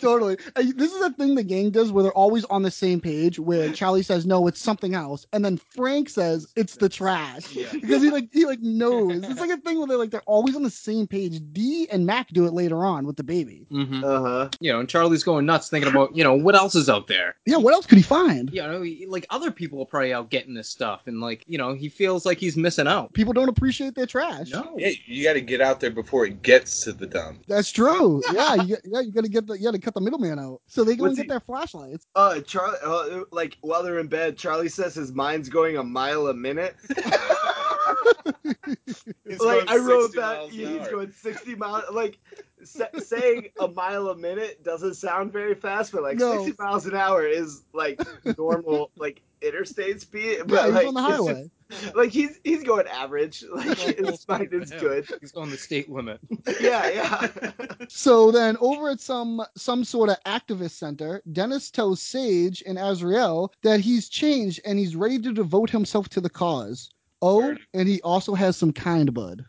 S1: (laughs) totally. Uh, This is a thing the gang does where they're always on the same page. Where Charlie says no, it's something else, and then Frank says it's the trash
S8: (laughs)
S2: Yeah.
S1: because he like he like knows. It's like a thing where they're like they're always on the same page. D and Mac do it later on with the baby.
S8: Mm-hmm. (laughs)
S2: uh huh.
S8: You know, and Charlie's going nuts thinking about, you know, what else is out there?
S1: Yeah, what else could he find?
S8: You know, he- like other people are probably out getting this stuff, and like, you know, he feels like he's missing out.
S1: People don't appreciate their trash.
S8: No.
S5: Yeah, you got to get out there before it gets to the dump.
S1: That's true. Yeah, you, yeah, you gotta get the you gotta cut the middleman out. So they go
S2: What's
S1: and get
S2: he-
S1: their flashlights.
S2: Uh, Charlie, uh, like while they're in bed, Charlie says his mind's going a mile a minute.
S5: He's
S2: like
S5: going
S2: I wrote
S5: 60
S2: that
S5: miles an
S2: he's
S5: hour.
S2: going 60 miles. Like sa- saying a mile a minute doesn't sound very fast, but like
S1: No.
S2: 60 miles an hour is like normal, like interstate speed.
S1: Yeah,
S2: But
S1: he's
S2: like,
S1: on the
S2: it's
S1: highway.
S2: just- like he's he's going average. (laughs) Like his mind is
S8: Yeah.
S2: good.
S8: (laughs) He's on the state limit.
S2: Yeah, yeah.
S1: So then over at some some sort of activist center, Dennis tells Sage and Azrael that he's changed and he's ready to devote himself to the cause. Oh, and he also has some kind bud.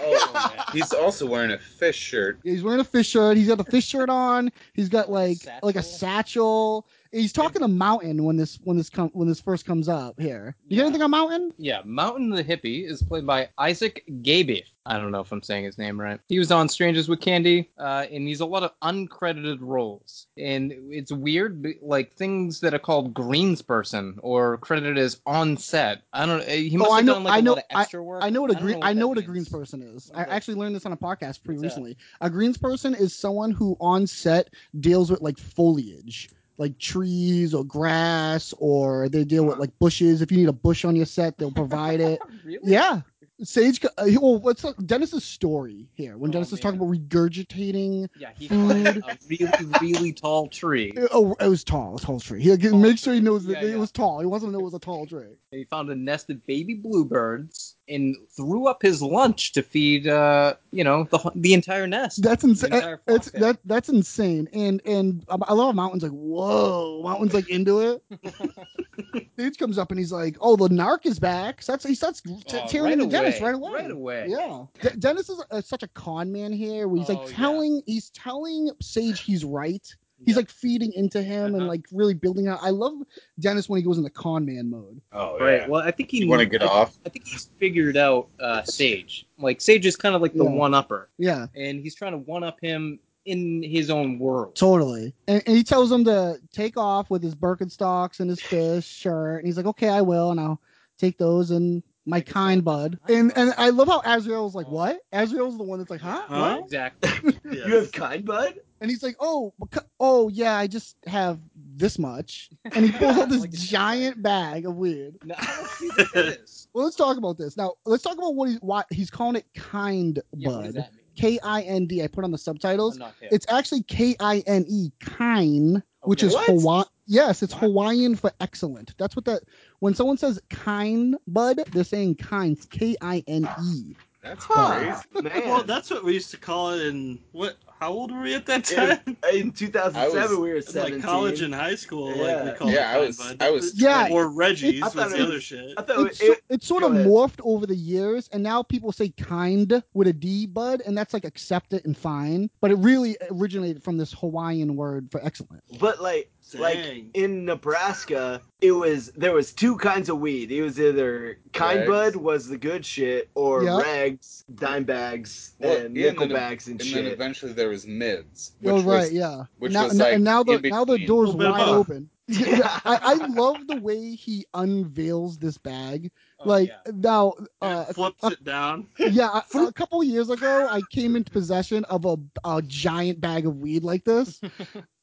S5: Oh, man. he's also wearing a fish shirt.
S1: He's wearing a fish shirt. He's got a fish shirt on. He's got like
S8: Satchel.
S1: like a satchel. He's talking a mountain when this when this com- when this first comes up here. You got
S8: Yeah.
S1: anything on mountain?
S8: Yeah, Mountain the Hippie is played by Isaac Gabe. I don't know if I'm saying his name right. He was on Strangers with Candy, uh, and he's a lot of uncredited roles. And it's weird, but, like things that are called greens person or credited as on set. I don't. uh, He must
S1: Oh, I
S8: have
S1: know-
S8: done like
S1: I
S8: a
S1: know-
S8: lot of extra work.
S1: I know what a green
S8: don't
S1: I
S8: that
S1: know what a
S8: means.
S1: greens person is.
S8: What
S1: I
S8: is that?
S1: actually learned this on a podcast pretty
S8: What's that?
S1: recently. A greens person is someone who on set deals with like foliage, like trees or grass, or they deal
S8: Uh-huh.
S1: with like bushes. If you need a bush on your set, they'll provide
S8: (laughs)
S1: it.
S8: Really?
S1: Yeah. Sage, co- uh, well, what's up? Dennis's story here? When
S8: Oh,
S1: Dennis is
S8: man.
S1: talking about regurgitating
S8: Yeah, he climbed a really, really tall tree.
S1: Oh, it was tall, a tall tree. He
S8: Tall
S1: make sure he
S8: tree.
S1: knows that
S8: Yeah,
S1: it
S8: yeah.
S1: was tall. He wants him to know it was a tall tree.
S8: And he found a nest of baby bluebirds and threw up his lunch to feed, uh, you know, the hu- the entire nest.
S1: That's insane.
S8: The entire flock
S1: It's
S8: family.
S1: that that's insane. And and I I love mountains. Like whoa, mountains like into it.
S8: (laughs)
S1: Sage comes up and he's like, "Oh, the narc is back." So that's he starts t-
S8: Oh,
S1: tearing
S8: right
S1: into Dennis
S8: away,
S1: right away.
S8: right away.
S1: Yeah, De- Dennis is uh, such a con man here. Where he's
S8: Oh,
S1: like
S8: yeah.
S1: telling he's telling Sage he's right. He's
S8: Yeah.
S1: like feeding into him and
S8: Uh-huh.
S1: like really building out. I love Dennis when he goes into con man mode.
S5: Oh,
S8: Right.
S5: yeah.
S8: Well, I think he.
S5: you want to get
S8: I,
S5: off?
S8: I think he's figured out uh, Sage. Like Sage is kind of like the
S1: Yeah.
S8: one upper,
S1: Yeah.
S8: and he's trying to one up him in his own world.
S1: Totally. And, and he tells him to take off with his Birkenstocks and his fish shirt. And he's like, okay, I will. And I'll take those and my
S8: Like,
S1: kind bud. And and I love how Azrael's like,
S8: Oh.
S1: what? Azrael's the one that's like, huh?
S7: Huh?
S1: What?
S8: Exactly.
S7: Yeah.
S2: You have kind bud.
S1: And he's like, oh, beca- oh, yeah, I just have this much. And he pulls out this
S8: (laughs) Like a-
S1: giant bag of weed.
S8: No, I don't see what that
S1: (laughs)
S8: is.
S1: Well, let's talk about this. Now, let's talk about what he's, why, he's calling it kind
S8: Yeah, what
S1: bud.
S8: does that mean?
S1: K I N D. I put on the subtitles.
S8: I'm not hip.
S1: It's actually K I N E, kine, which
S8: Okay.
S1: is
S2: What?
S1: Hawaii. Yes, it's
S8: Wow.
S1: Hawaiian for excellent. That's what that. When someone says kine bud, they're saying kind. K I N E.
S5: That's
S2: Huh.
S5: crazy.
S2: Man.
S7: Well, that's what we used to call it in what? How old were we at that time?
S2: in, in 2007
S5: I was-
S2: we were
S7: In,
S2: 17.
S7: Like college and high school,
S2: Yeah.
S7: like we call
S5: Yeah,
S7: it.
S5: I
S7: time,
S5: was-
S7: bud.
S5: I was
S1: Yeah.
S7: Or Reggie's
S1: It-
S2: I
S7: was
S2: thought
S7: the
S2: it-
S7: other shit.
S2: I thought
S1: It's,
S2: it,
S1: so, it's sort
S2: go
S1: of
S2: ahead.
S1: morphed over the years, and now people say kind with a D bud, and that's like accept it and fine. But it really originated from this Hawaiian word for excellent.
S2: but like like
S7: Dang.
S2: in Nebraska, it was there was two kinds of weed. It was either kind
S5: Regs.
S2: bud was the good shit, or
S1: Yeah.
S2: regs, dime bags,
S5: Well,
S2: and
S5: yeah, and
S2: nickel
S5: then-
S2: bags and,
S5: And then
S1: (laughs)
S2: shit.
S5: eventually there was mids, which
S1: oh,
S5: was
S1: right, yeah.
S5: which
S1: now,
S5: was,
S1: n-
S5: like,
S1: and now the
S5: in
S1: now the
S5: between.
S1: door's
S7: Little bit of
S1: wide
S7: both.
S1: open.
S2: Yeah.
S1: I, I love the way he unveils this bag.
S8: Oh,
S1: Like
S8: yeah.
S1: now,
S7: And
S1: uh,
S7: it flips
S2: (laughs)
S7: it down.
S1: yeah, a, a couple years ago, I came into possession of a, a giant bag of weed like
S2: (laughs)
S1: this.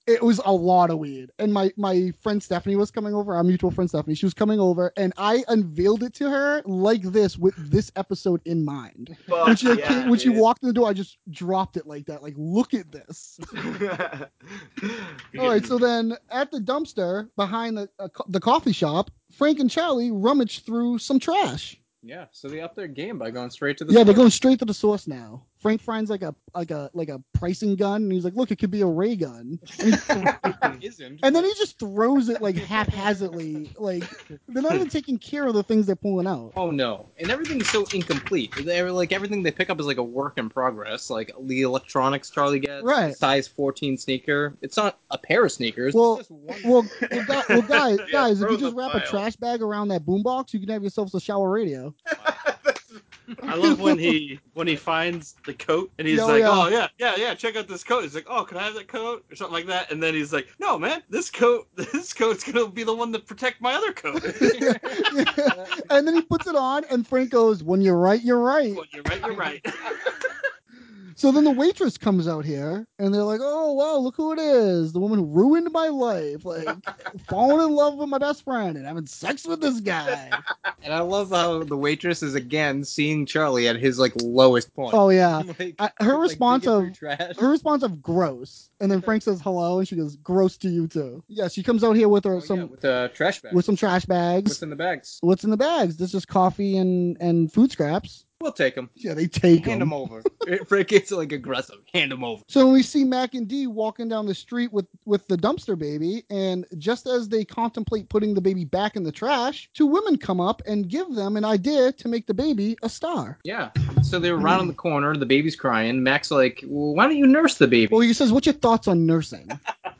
S1: It was a lot of weed, and my my friend Stephanie was coming over. Our mutual friend Stephanie, she was coming over, and I unveiled it to her like this with this episode in mind.
S2: (laughs) Fuck
S1: When she, like,
S2: Oh, yeah,
S1: came- when she
S2: dude.
S1: walked in the door, I just dropped it like that. Like, look at
S2: (laughs)
S1: this. All right, so then at the dumpster behind the uh, co- the coffee shop, Frank and Charlie rummage through some trash.
S8: Yeah. So they up their game by going straight to the.
S1: Yeah, they're
S8: source.
S1: going straight to the source now. Frank finds like a like a like a pricing gun, and he's like, "Look, it could be a ray gun,"
S5: Isn't.
S1: and then he just throws it like haphazardly. Like they're not even taking care of the things they're pulling out.
S8: Oh no! And everything's so incomplete. They're, like everything they pick up is like a work in progress. Like the electronics Charlie gets,
S1: Right.
S8: size fourteen sneaker. It's not a pair of sneakers.
S1: Well-
S8: it's just one.
S1: Well, well, guy- well guys,
S7: (laughs) Yeah,
S1: guys, if
S7: throw
S1: you
S7: the
S1: just wrap a
S7: file.
S1: trash bag around that boombox, you can have yourselves a shower radio. (laughs)
S7: I love when he when he finds the coat and he's
S1: Yeah, oh,
S7: like,
S1: yeah.
S7: "Oh yeah, yeah, yeah, check out this coat." He's like, "Oh, can I have that coat?" or something like that. And then he's like, "No, man, this coat, (laughs) this coat's gonna be the one that protect my
S2: (laughs)
S7: other coat."
S1: (laughs) and then he puts it on, and Frank goes, "When you're right, you're right."
S7: Well, you're right. You're right.
S1: So then the waitress comes out here, and they're like, "Oh wow, look who it is! The woman who ruined my life, like
S8: (laughs)
S1: falling in love with my best friend and having sex with this
S8: (laughs)
S1: guy."
S8: (laughs) and I love how the waitress is again seeing Charlie at his like lowest point.
S1: Oh yeah,
S8: (laughs) Like,
S1: I, her
S8: like,
S1: response
S8: digging
S1: of
S8: through trash.
S1: her response of gross, and then Frank says hello, and she goes, "Gross to you too." Yeah, she comes out here with her
S8: Oh,
S1: some
S8: yeah, with the trash bag.
S1: with some trash bags.
S8: What's in the bags?
S1: What's in the bags? This is coffee and and food scraps.
S8: We'll take them.
S1: Yeah, they take
S8: Hand
S1: them. (laughs)
S8: them over. Frank gets like aggressive. Hand them over.
S1: So when we see Mac and D walking down the street with with the dumpster baby, and just as they contemplate putting the baby back in the trash, two women come up and give them an idea to make the baby a star.
S8: Yeah. So they were around the corner. The baby's crying. Mac's like, well, "Why don't you nurse the baby?"
S1: Well, he says, "What's your thoughts on nursing?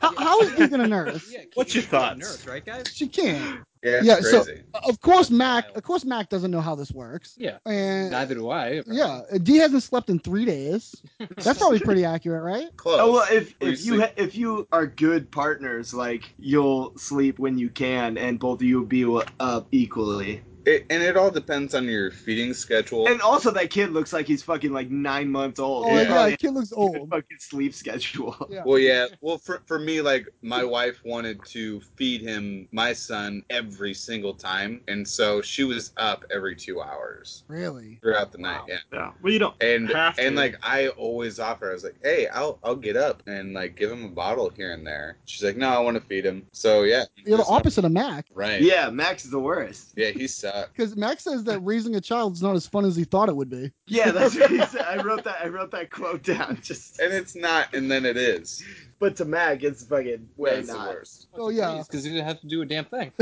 S1: How, how is he gonna nurse?
S8: (laughs) Yeah,
S7: What's your
S8: she's not a
S7: thoughts?
S8: Nurse, right, guys?
S1: She can't.
S5: Yeah, it's
S1: Yeah, so-
S5: crazy.
S1: Of course, Mac. Of course, Mac doesn't know how this works.
S8: Yeah.
S1: And
S8: Neither do I.
S1: yeah, oh, D hasn't slept in three days. That's probably pretty accurate, right?
S5: Close.
S2: Oh, well, if,
S5: Or you
S2: if you
S5: sleep.
S2: ha- if you are good partners, like you'll sleep when you can, and both of you will be up equally.
S5: It- and it all depends on your feeding schedule.
S2: And also, that kid looks like he's fucking like nine months old.
S1: Oh
S2: He's
S1: yeah,
S2: probably
S1: yeah kid looks
S2: a good
S1: (laughs) old.
S2: Fucking sleep schedule.
S1: Yeah.
S2: (laughs)
S5: well, yeah. Well, for, for me, like, my wife wanted to feed him, my son, every single time. And so she was up every two hours
S1: Really?
S5: throughout the night. Yeah.
S7: (laughs) Yeah. Well, you don't.
S5: And
S7: Have to.
S5: and like I always offer, I was like, "Hey, I'll I'll get up and like give him a bottle here and there." She's like, "No, I want to feed him." So yeah,
S1: You're the
S5: just up-
S1: opposite of Mac.
S5: (laughs) right?
S2: Yeah, Max is the worst.
S5: yeah, he sucked.
S1: Because Max says that raising a child is not as fun as he thought it would be.
S2: Yeah, that's what he said. I wrote that. I wrote that quote down. (laughs) Just,
S5: And it's not, and then it is.
S2: but to Mac, it's fucking way
S5: That's the
S2: not. (laughs)
S5: worst.
S1: Oh yeah.
S8: Because he didn't have to do a damn thing.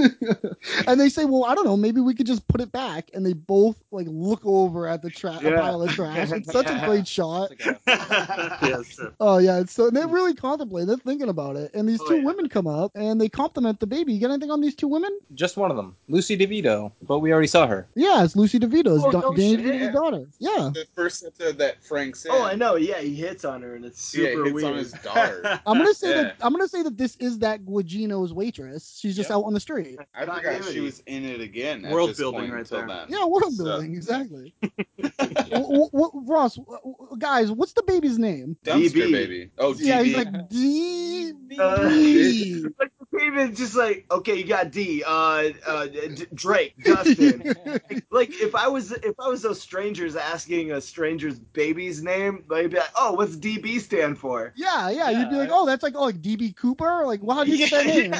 S1: and they say, well, I don't know, maybe we could just put it back. And they both like look over at the tra-
S2: Yeah.
S1: pile of trash. It's such a
S2: (laughs) Yeah.
S1: great shot.
S8: uh,
S1: (laughs)
S7: yeah, sure.
S1: Oh yeah. It's so they're really contemplating. They're thinking about it. And these
S2: Oh,
S1: two
S2: yeah.
S1: women come up and they compliment the baby. You got anything on these two women?
S8: Just one of them, Lucy DeVito. But we already
S1: (laughs)
S8: saw her.
S1: Yeah, it's Lucy DeVito's
S2: Oh,
S1: da-
S2: no
S1: Danny
S2: shit.
S1: DeVito's daughter. Yeah.
S5: The first episode that Frank said.
S2: Oh, I know. Yeah, he hits on her, and it's
S5: Yeah,
S2: super
S5: it hits
S2: weird.
S5: on his
S2: (laughs)
S5: daughter.
S1: I'm gonna say that
S5: Yeah.
S1: I'm gonna say that this is that Guagino's waitress. She's just
S5: Yep.
S1: out on the
S2: (laughs)
S1: street.
S5: I forgot
S2: Continuity.
S5: she was in it again. at
S7: World
S5: this
S7: building
S5: point
S7: right
S5: until
S7: there.
S5: then.
S1: Yeah, world
S5: So-
S1: building,
S2: (laughs)
S1: exactly. w- w- Ross, w- w- guys, what's the baby's name?
S5: Dumpster
S2: DB.
S5: baby. Oh, DB.
S1: Yeah, he's
S8: (laughs)
S1: like D.
S2: Uh,
S1: B."
S2: Like even just like okay, you got D, uh, uh, D- Drake,
S5: (laughs)
S2: Dustin. like if I was if I was those strangers asking a stranger's baby's name, they'd be like, oh, what's DB stand for?
S1: (laughs) Yeah, yeah, you'd be
S8: Yeah,
S1: like,
S8: I-
S1: oh, that's like, oh, like DB Cooper. Like, well, how do you get that
S2: Yeah,
S1: name?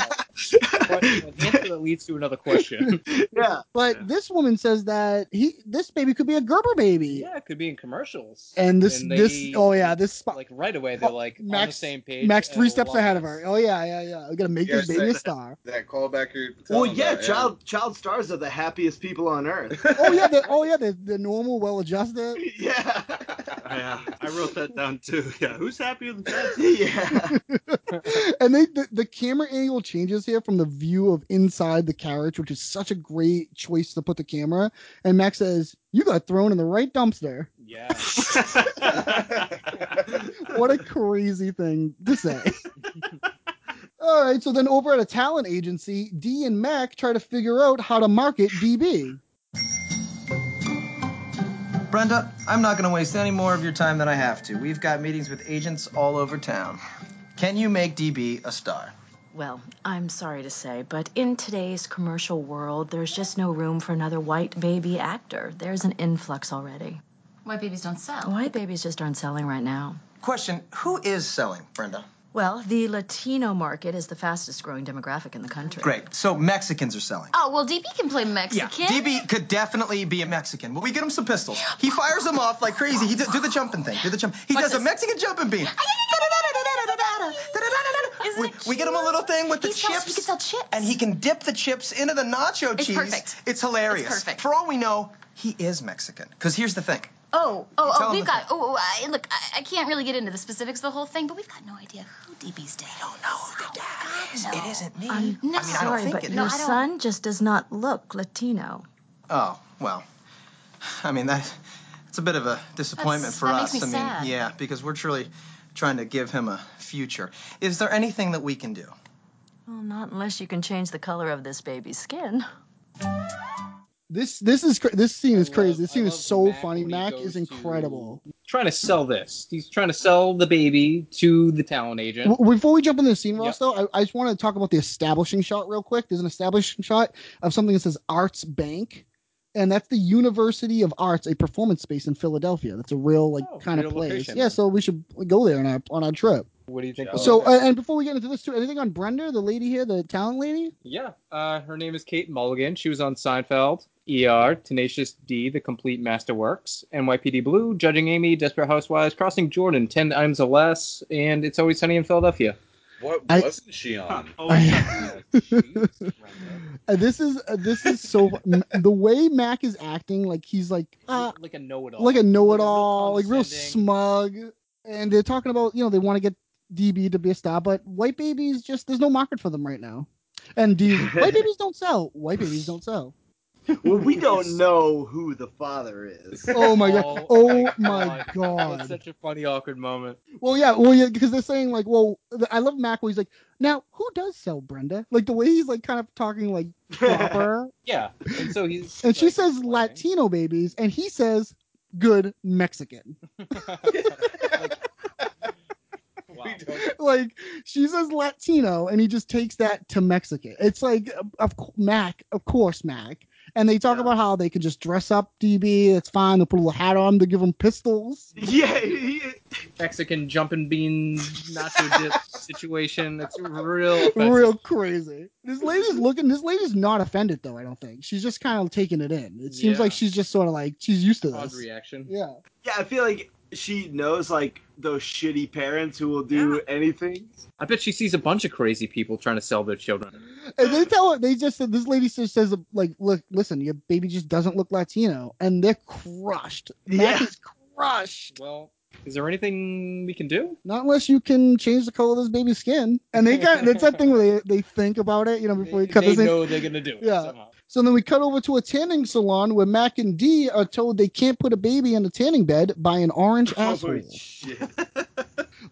S8: But an answer that leads to another question.
S2: Yeah,
S1: But
S7: Yeah.
S1: this woman says that he, this baby could be a Gerber baby.
S8: yeah, it could be in commercials.
S1: And this,
S8: And they-
S1: this, oh yeah, this spot.
S8: Like right away, they're like on the
S1: Max-
S8: same page.
S1: Max
S8: and
S1: three steps
S8: love
S1: ahead of
S8: us.
S1: her. Oh yeah, yeah, yeah. We gotta make
S5: Yeah,
S1: this baby a
S5: it's
S1: star.
S5: That callback you're
S2: well,
S5: telling
S2: yeah,
S5: about,
S2: child child stars are the happiest people on earth.
S1: (laughs) Oh yeah, the, oh yeah, the, the normal, well adjusted.
S2: yeah,
S7: Yeah, I wrote that down too. (laughs) Yeah, who's
S2: (laughs)
S7: happier than that?
S2: (laughs) yeah,
S1: and they the, the camera angle changes here from the view of inside the carriage, which is such a great choice to put the camera. And Max says, "You got thrown in the right dumpster."
S8: Yeah.
S1: What a crazy thing to say. (laughs) All right, so then over at a talent agency, D and Mac try to figure out how to market DB.
S10: Brenda, I'm not going to waste any more of your time than I have to. We've got meetings with agents all over town. Can you make DB a star?
S11: Well, I'm sorry to say, but in today's commercial world, there's just no room for another white baby actor. There's an influx already.
S4: White babies don't sell.
S11: White babies just aren't selling right now.
S10: Question Who is selling, Brenda?
S11: Well, the Latino market is the fastest growing demographic in the country.
S10: Great. So Mexicans are selling.
S4: Oh, well, DB can play
S10: Yeah,
S4: Mexican.
S10: DB could definitely be a Mexican. But we get him some pistols. He fires them off like crazy. He do, do the jumping thing. Do the jump. He
S4: What's
S10: does a
S4: this?
S10: Mexican jumping bean.
S4: Isn't
S10: We,
S4: it
S10: we get him a
S4: cute?
S10: little thing with the
S4: He sells- he
S10: chips,
S4: can sell chips.
S10: and he can dip the chips into the nacho
S4: It's
S10: cheese.
S4: perfect.
S10: It's hilarious.
S4: It's perfect.
S10: For all we know, he is Mexican. Because here's the thing.
S4: Oh, oh,
S10: Tell
S4: oh,
S10: him
S4: we've
S10: the
S4: got. Oh, I, look, I, I can't really get into the specifics of the whole thing, but we've got no idea who DB's dad.
S10: Oh no, the dad is. It isn't me.
S11: I'm
S4: No.
S10: I mean, I don't
S11: sorry,
S10: think
S11: but
S10: it
S11: your
S10: is.
S4: I don't-
S11: son just does not look Latino.
S10: Oh well. I mean that. It's a bit of a disappointment
S4: That's-
S10: for
S4: that
S10: us.
S4: makes me
S10: I mean,
S4: sad.
S10: yeah, because we're truly trying to give him a future. Is there anything that we can do?
S11: Well, not unless you can change the color of this baby's skin.
S1: This this is cra- this scene is
S8: I
S1: crazy.
S8: love-
S1: this
S8: I
S1: scene is
S8: love
S1: so
S8: Mac
S1: funny.
S8: when he
S1: Mac
S8: goes
S1: is
S8: to-
S1: incredible.
S8: Trying to sell this. He's trying to sell the baby to the talent agent.
S1: W- Before we jump into the scene, Ross,
S8: Yep.
S1: though, I, I just want to talk about the establishing shot real quick. There's an establishing shot of something that says Arts Bank, and that's the University of Arts, a performance space in Philadelphia. That's a real like
S8: Oh,
S1: kind of
S8: real
S1: place.
S8: location.
S1: Yeah, so we should go there on our on our trip.
S8: What do you think?
S5: Oh,
S1: so,
S8: about that?
S1: uh, and before we get into this, too, anything on Brenda, the lady here, the talent lady?
S8: yeah, uh, her name is Kate Mulligan. She was on Seinfeld, ER, Tenacious D, The Complete Masterworks, NYPD Blue, Judging Amy, Desperate Housewives, Crossing Jordan, Ten Times or Less, and It's Always Sunny in (laughs) Philadelphia.
S5: (laughs) What
S1: I-
S5: wasn't she on?
S7: Oh,
S1: Uh, this is uh, this is (laughs) so m- the way Mac is acting, like he's like uh,
S8: like a know-it-all.
S1: like a know-it-all, like
S8: Like a
S1: real
S8: condescending.
S1: smug, and they're talking about you know they want to get DB to be a star, but white babies just there's no market for them right now, and (laughs) D, white babies don't sell. White babies don't sell.
S2: Well, we don't know who the father
S1: (laughs)
S2: is.
S1: Oh my god! Oh my
S8: That's
S1: god!
S8: such a funny, awkward moment.
S1: Well, yeah, well, yeah, because they're saying like, well, th- I love Mac. Where he's like, now who does sell Brenda? Like the way he's like kind of talking (laughs) like proper,
S8: Yeah, and so he's
S1: (laughs) and she
S8: like,
S1: says
S8: explaining. (laughs)
S1: Latino babies, and he says good Mexican. (laughs)
S8: Wow.
S5: We don't-
S1: like she says Latino, and he just takes that to Mexican. It's like of- of cou- Mac, of course Mac, and they talk
S2: Yeah.
S1: about how they can just dress up DB. It's fine. They'll put a little hat on. They give him
S8: (laughs)
S1: pistols.
S2: yeah, he-
S8: Mexican jumping bean
S1: (laughs)
S8: nacho dip situation. It's real. offensive.
S1: Real crazy. This lady's looking. This lady's not offended though. I don't think she's just kind of taking it in. It seems
S8: Yeah.
S1: like she's just sort of like she's used to
S8: odd
S1: this.
S8: reaction.
S1: Yeah.
S2: yeah, I feel like she knows like those shitty parents who will do anything.
S8: I bet she sees a bunch of crazy people trying to sell their children.
S1: And they tell her they just said this lady just says like, look, listen, your baby just doesn't look Latino, and they're crushed. Mac
S2: Yeah.
S1: is crushed.
S8: Well, is there anything we can do?
S1: not unless you can change the color of this baby's skin. And they got that's that thing where they, they think about it, you know, before
S8: They,
S1: you cut
S8: they
S1: this in.
S8: know they're gonna do it.
S1: Yeah.
S8: somehow.
S1: So then we cut over to a tanning salon where Mac and Dee are told they can't put a baby in a tanning bed by an orange
S8: Oh,
S1: asshole.
S2: Holy shit.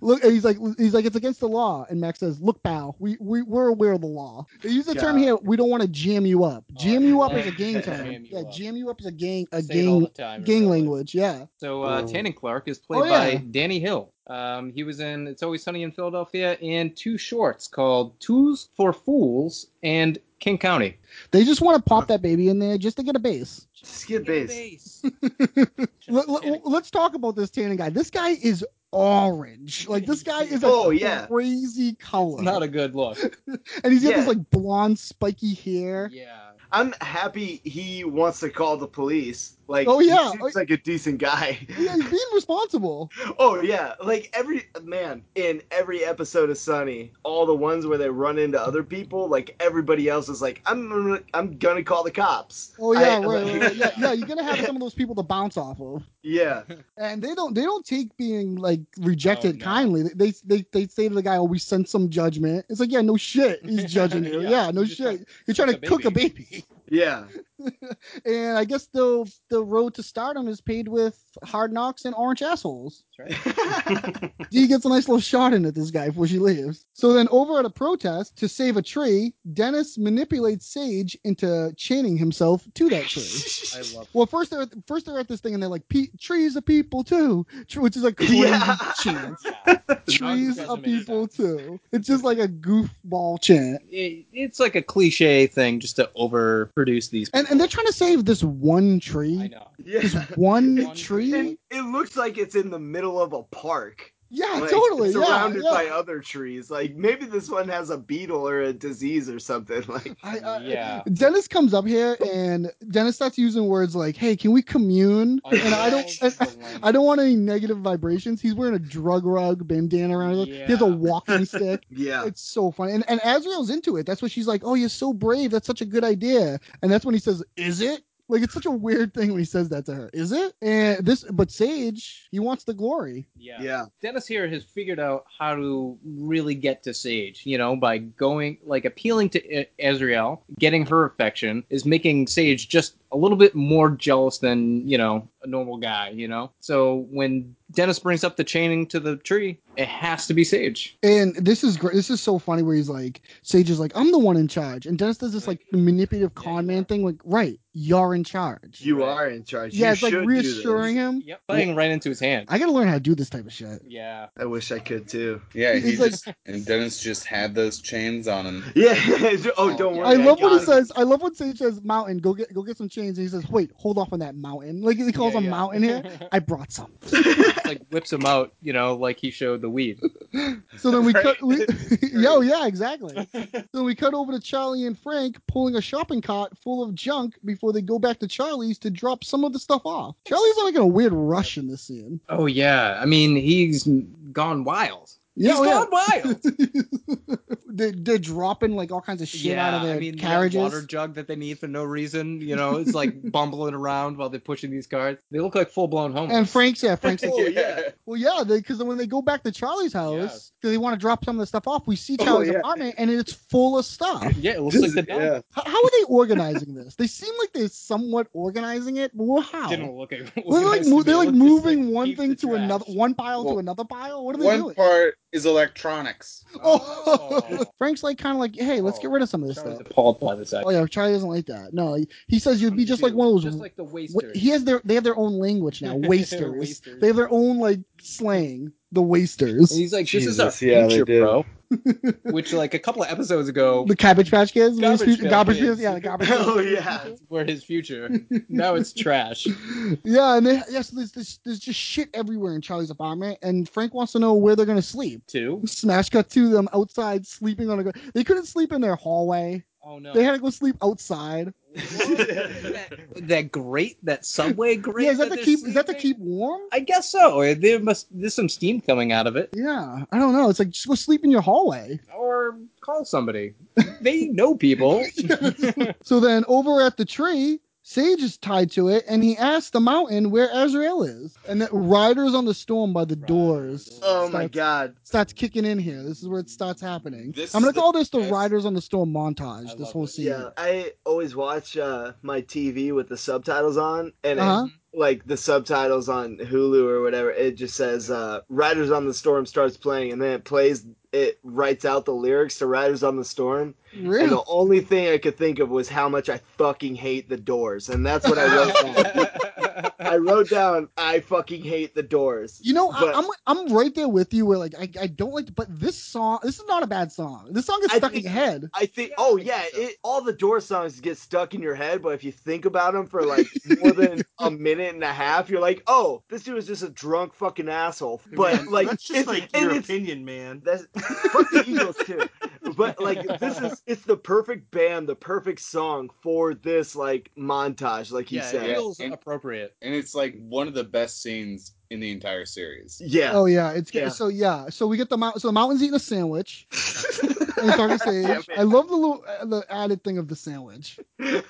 S1: Look, and he's like, he's like, it's against the law. And Mac says, "Look, pal, we we we're aware of the law. They use the term
S2: God.
S1: here. We don't want to jam you up. Jam
S8: Oh,
S1: you up
S8: yeah.
S1: is a
S8: (laughs)
S1: gang term.
S8: Jam you
S1: yeah,
S8: up.
S1: jam you up is a gang a
S8: Say it all the
S1: gang
S8: time in
S1: gang
S8: real life.
S1: language. Yeah.
S8: So uh, Tannen Clark is played
S1: Oh, yeah.
S8: by Danny Hill. Um, he was in It's Always Sunny in Philadelphia and two shorts called Tools for Fools and King County.
S1: They just want to pop that baby in there just to get a base.
S2: Skip base.
S1: (laughs) Let, us talk about this tanning guy. This guy is orange. Like this guy is a
S2: Oh, yeah.
S1: crazy color.
S8: It's not a good look.
S1: (laughs) and he's got
S2: Yeah.
S1: this like blonde spiky hair.
S8: yeah.
S2: I'm happy he wants to call the police. Like,
S1: Oh, yeah.
S2: he seems like a decent guy.
S1: Yeah, he's being responsible.
S2: Oh yeah, like every man in every episode of Sunny, all the ones where they run into other people, like everybody else is like, I'm gonna, I'm gonna call the cops.
S1: Oh yeah,
S2: (laughs) I-
S1: right, right, right. yeah, yeah. You're gonna have some of those people to bounce off of, (laughs)
S2: yeah,
S1: and they don't they don't take being like rejected
S8: Oh, no.
S1: kindly. They, they they say to the guy, "Oh, we sense some judgment." It's like, yeah, no shit,
S8: (laughs)
S1: he's judging you.
S8: Yeah,
S1: Yeah, no
S8: you just
S1: shit.
S8: trying
S1: you're trying to
S8: cook
S1: cook
S8: a
S1: a baby. (laughs)
S2: yeah.
S1: and I guess the the road to stardom is paved with hard knocks and orange assholes.
S8: That's (laughs)
S1: Dee gets a nice little shot in at this guy before she leaves. So then, over at a protest to save a tree, Dennis manipulates Sage into chaining himself to that tree.
S8: (laughs) right. I love
S1: Well, first they're at, first they're at this thing and they're like, Pe- "Trees are people too," tr- which is a
S8: (laughs)
S1: crazy
S2: Yeah.
S1: chant.
S8: The
S1: Trees
S8: doesn't
S1: are
S8: make
S1: people
S8: sense.
S1: too. It's just like a goofball chant.
S8: (laughs) It, it's like a cliche thing just to overproduce these.
S1: And and they're trying to save this one tree.
S8: I know.
S2: yeah.
S1: One,
S8: One
S1: tree.
S8: tree.
S2: It looks like it's in the middle of a park.
S1: Yeah,
S2: like,
S1: totally. yeah,
S2: surrounded
S1: yeah.
S2: by other trees. Like maybe this one has a beetle or a disease or something. (laughs) Like
S1: I, I,
S8: Yeah.
S1: Dennis comes up here and Dennis starts using words like, "Hey, can we commune?" And I don't,
S8: love
S1: I,
S8: the language.
S1: I don't want any negative vibrations. He's wearing a drug rug bandana around his neck. He has a
S8: Yeah.
S1: walking stick.
S2: yeah,
S1: It's so funny. And, and Azrael's into it. That's what she's like, oh, you're so brave. That's such a good idea. And that's when he says, is it? Like, it's such a weird thing when he says that to her. Is it? And this, but Sage, he wants the glory.
S8: Yeah.
S2: yeah,
S8: Dennis here has figured out how to really get to Sage, you know, by going, like, appealing to I- Azrael, getting her affection, is making Sage just a little bit more jealous than, you know, a normal guy, you know? So when Dennis brings up the chaining to the tree, it has to be Sage.
S1: And this is great. This is so funny where he's like, Sage is like, I'm the one in charge. And Dennis does this like manipulative
S8: Yeah,
S1: con
S8: you
S1: man
S8: are.
S1: thing, like, right, you're in charge.
S2: you
S8: Right.
S2: are in charge.
S1: yeah,
S2: You
S1: it's like
S2: should do this.
S1: reassuring him.
S8: Yep. Playing right into his hand.
S1: I gotta learn how to do this type of shit.
S8: Yeah.
S2: I wish I could too. (laughs)
S5: Yeah, he
S1: He's like-
S5: just and Dennis just had those chains on him.
S2: Yeah. (laughs) oh, don't
S8: yeah.
S2: worry.
S1: I love what
S2: got
S1: he
S2: it.
S1: says. I love when Sage says, "Mountain, go get go get some chains." And he says, "Wait, hold off on that mountain." Like he calls
S8: Yeah,
S1: him
S8: yeah.
S1: mountain here. I brought some.
S8: It's like whips him out, you know, like he showed the weed.
S1: So then we
S5: Right.
S1: cut. We, (laughs) yo, yeah, exactly. so we cut over to Charlie and Frank pulling a shopping cart full of junk before they go back to Charlie's to drop some of the stuff off. Charlie's like in a weird rush in this scene.
S8: Oh, yeah. I mean, he's gone wild.
S1: Yeah,
S8: he's
S1: oh, yeah.
S8: gone wild.
S1: They're, they're dropping like all kinds of shit out of their
S8: I mean,
S1: carriages.
S8: That water jug that they need for no reason. You know,
S1: (laughs)
S8: it's like bumbling around while they're pushing these carts. They look like full blown homeless.
S1: And Frank's Oh, yeah, Frank's
S8: (laughs) Oh,
S1: like,
S5: Yeah.
S1: Well, yeah, because when they go back to Charlie's house, because
S8: Yes.
S1: they want to drop some of the stuff off, we see
S2: Oh,
S1: Charlie's
S2: yeah.
S1: apartment and it's full of stuff.
S8: yeah, it looks
S2: This
S8: like
S2: is-
S8: the dump.
S2: yeah.
S1: How, how are they organizing this? They seem like they're somewhat organizing it, but how?
S8: Didn't look at.
S1: Well, they're like,
S8: organized
S1: mo-
S8: to me.
S1: they're
S8: It
S1: like
S8: looked just
S1: moving
S8: like
S1: one
S8: heaps
S1: thing
S8: of
S1: to
S8: trash.
S1: another, one pile
S5: Well,
S1: to another pile. What are they
S5: One
S1: doing?
S5: part is
S1: (laughs)
S5: electronics.
S1: Oh.
S8: (laughs) Oh.
S1: (laughs) Frank's like kind of like, hey, let's
S8: Oh,
S1: get rid of some of this
S8: Charlie's
S1: stuff.
S8: appalled by this.
S1: Oh
S8: Act.
S1: yeah, Charlie doesn't like that. No, he- he says you'd be just like one of those.
S8: Just like the
S1: wa-
S8: wasters.
S1: he has their they have their own language
S8: (laughs)
S1: now.
S8: They're
S1: Wasters.
S8: wasters.
S1: They have their own like slang. The wasters.
S8: And he's like, this
S2: Jesus,
S8: is our
S2: yeah, they
S8: future,
S2: do.
S1: (laughs)
S8: bro. Which, like, a couple of episodes ago,
S1: The Cabbage Patch Kids,
S8: Garbage
S1: Garbage,
S8: Pail
S1: garbage
S8: Kids.
S1: Pails, yeah, the Garbage
S2: (laughs) Oh
S1: Pails. (laughs)
S2: yeah.
S8: were his future. now it's trash. (laughs)
S1: yeah, and they, yeah, so there's, there's there's just shit everywhere in Charlie's apartment, and Frank wants to know where they're gonna sleep.
S8: Two.
S1: Smash cut to them outside sleeping on a. gr- They couldn't sleep in their hallway.
S8: Oh no.
S1: They had to go sleep outside.
S8: that grate, that subway grate.
S1: yeah, is that, to
S8: that they're
S1: keep? Is that to
S8: sleeping?
S1: keep warm?
S8: I guess so. There must there's some steam coming out of it.
S1: Yeah, I don't know. It's like just go sleep in your hallway.
S8: Or call somebody. They
S1: (laughs)
S8: know people.
S1: So then over at the tree, Sage is tied to it, and he asks the mountain where Azrael is, and that Riders on the Storm by the doors.
S2: Oh my
S1: starts-
S2: God.
S1: starts kicking in here. This is where it starts happening.
S5: This
S1: I'm gonna
S5: is the
S1: call this the
S5: best.
S1: Riders on the Storm
S8: I
S1: montage. This
S8: love
S1: whole
S8: it.
S1: scene.
S2: Yeah, I always watch uh, my TV with the subtitles on, and it-
S1: Uh-huh.
S2: like the subtitles on Hulu or whatever, it just says uh, "Riders on the Storm" starts playing, and then it plays. It writes out the lyrics to "Riders on the Storm," and
S1: Really?
S2: the only thing I could think of was how much I fucking hate the Doors, and that's what I
S1: (laughs)
S2: wrote down. I wrote down I fucking hate the Doors.
S1: You know,
S2: But-
S1: I, I'm I'm right there with you. Where like I, I don't like, but this song, this is not a bad song. This song is
S2: I
S1: stuck in
S2: think-
S1: your head.
S2: I think. Oh yeah, it, all the door songs get stuck in your head, but if you think about them for like more than a minute and a half, you're like, oh, this dude is just a drunk fucking asshole. But
S7: Man,
S2: like,
S7: that's just
S2: it's,
S7: like
S2: and
S7: your
S2: it's-
S7: opinion, man.
S2: That's fuck the Eagles too. But like this is it's the perfect band, the perfect song for this like montage, like he
S8: yeah,
S2: said.
S8: it
S2: Yeah.
S8: feels appropriate.
S5: and it's like one of the best scenes in the entire series.
S1: Oh yeah, it's
S2: Yeah.
S1: so yeah. So we get the mountain. So the mountain's eating a
S8: (laughs)
S1: sandwich. and he's talking to Sage.
S2: Damn it.
S1: I love the little uh, the added thing of the sandwich.
S2: (laughs) you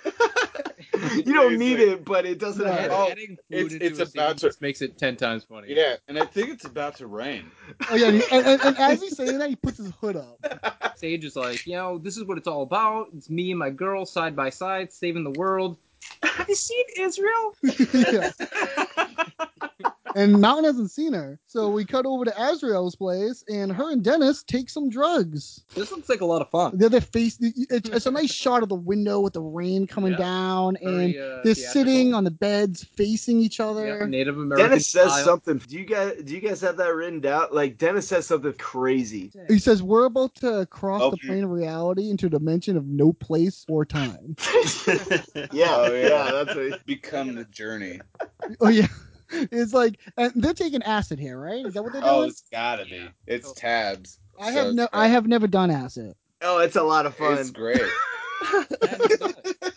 S2: don't need
S5: Seriously.
S2: it, but it doesn't
S1: No.
S2: have.
S8: Add-
S5: Oh,
S8: adding
S5: it's-
S8: food into
S5: it's
S8: a
S5: about
S8: scene
S5: to-
S8: just makes it ten times funnier.
S5: Yeah, and I think it's about to rain.
S1: Oh yeah, and, and, and as he's saying that, he puts his hood up. (laughs)
S8: Sage is like, you know, this is what it's all about. It's me and my girl side by side, saving the world. Have you seen Israel?
S1: yeah. And Mountain hasn't seen her, so we cut over to Azrael's place, and her and Dennis take some drugs.
S8: This looks like a lot of fun.
S1: They're their face. It's, it's a nice shot of the window with the rain coming
S8: Yeah.
S1: down, and
S8: Very, uh,
S1: they're
S8: theatrical.
S1: sitting on the beds facing each
S8: Yeah,
S1: other.
S8: Native American.
S2: Dennis says
S8: style. (laughs)
S2: something. Do you guys do you guys have that written down? Like Dennis says something (laughs) crazy.
S1: He says, "We're about to cross
S5: Oh,
S1: the
S5: shoot.
S1: plane of reality into a dimension of no place or time." (laughs)
S2: Yeah,
S5: Oh,
S2: yeah,
S5: yeah.
S2: that's what.
S5: Become the journey.
S1: oh yeah. it's like and they're taking acid here, right? Is that what they're
S5: Oh,
S1: doing?
S5: it's gotta be. It's tabs.
S1: I
S5: So
S1: have
S5: it's
S1: no,
S5: great.
S1: I have never done acid.
S2: Oh, it's a lot of fun.
S5: It's great.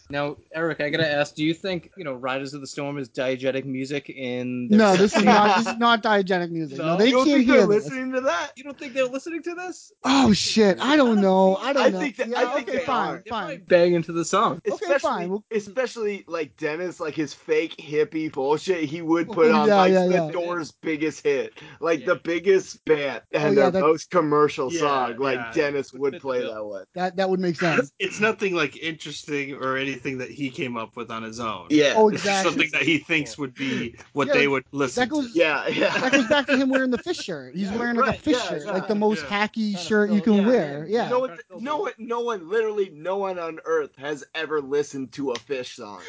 S8: Now, Eric, I gotta ask: Do you think you know Riders of the Storm is diegetic music in? Their
S1: No, this is
S2: (laughs)
S1: not this is not diegetic music. No,
S8: No?
S1: they
S2: you don't
S1: can't
S2: think
S1: hear
S2: they're
S1: this.
S2: listening to that?
S8: You don't think they're listening to this?
S1: Oh shit! I don't know. I don't
S2: I
S1: know.
S2: think that-
S1: yeah,
S2: I think
S1: okay,
S2: they
S1: fine,
S2: are.
S1: fine.
S8: Bang into the song.
S1: Okay,
S2: Especially,
S1: fine, we'll-
S2: especially like Dennis, like his fake hippie bullshit he would put
S1: Oh,
S2: on
S1: yeah,
S2: like
S1: yeah,
S2: the
S1: yeah.
S2: Doors' biggest hit, like
S8: Yeah.
S2: the biggest band and
S1: Oh, yeah,
S2: their
S1: that-
S2: most commercial
S7: Yeah,
S2: song. Like
S7: yeah.
S2: Dennis
S8: Would
S2: would
S8: fit the
S2: play
S8: bill.
S2: that one.
S1: That that would make
S2: (laughs)
S1: sense.
S7: (laughs) It's nothing like interesting or anything that he came up with on his own.
S2: Yeah,
S1: Oh,
S7: It's
S1: exactly.
S7: something that he thinks would be what
S1: Yeah,
S7: they would listen
S1: That goes.
S2: (laughs) yeah, yeah.
S1: That goes back to him wearing the fish shirt.
S2: (laughs)
S1: He's
S2: Yeah,
S1: wearing like
S2: right,
S1: a fish
S2: yeah,
S1: shirt,
S2: yeah,
S1: like the most
S7: yeah.
S1: hacky
S8: Kind of
S1: shirt you
S8: fill-
S1: can
S8: yeah,
S1: wear.
S8: yeah.
S1: Yeah.
S2: No one, no one, no one, literally no one on earth has ever listened to a fish song.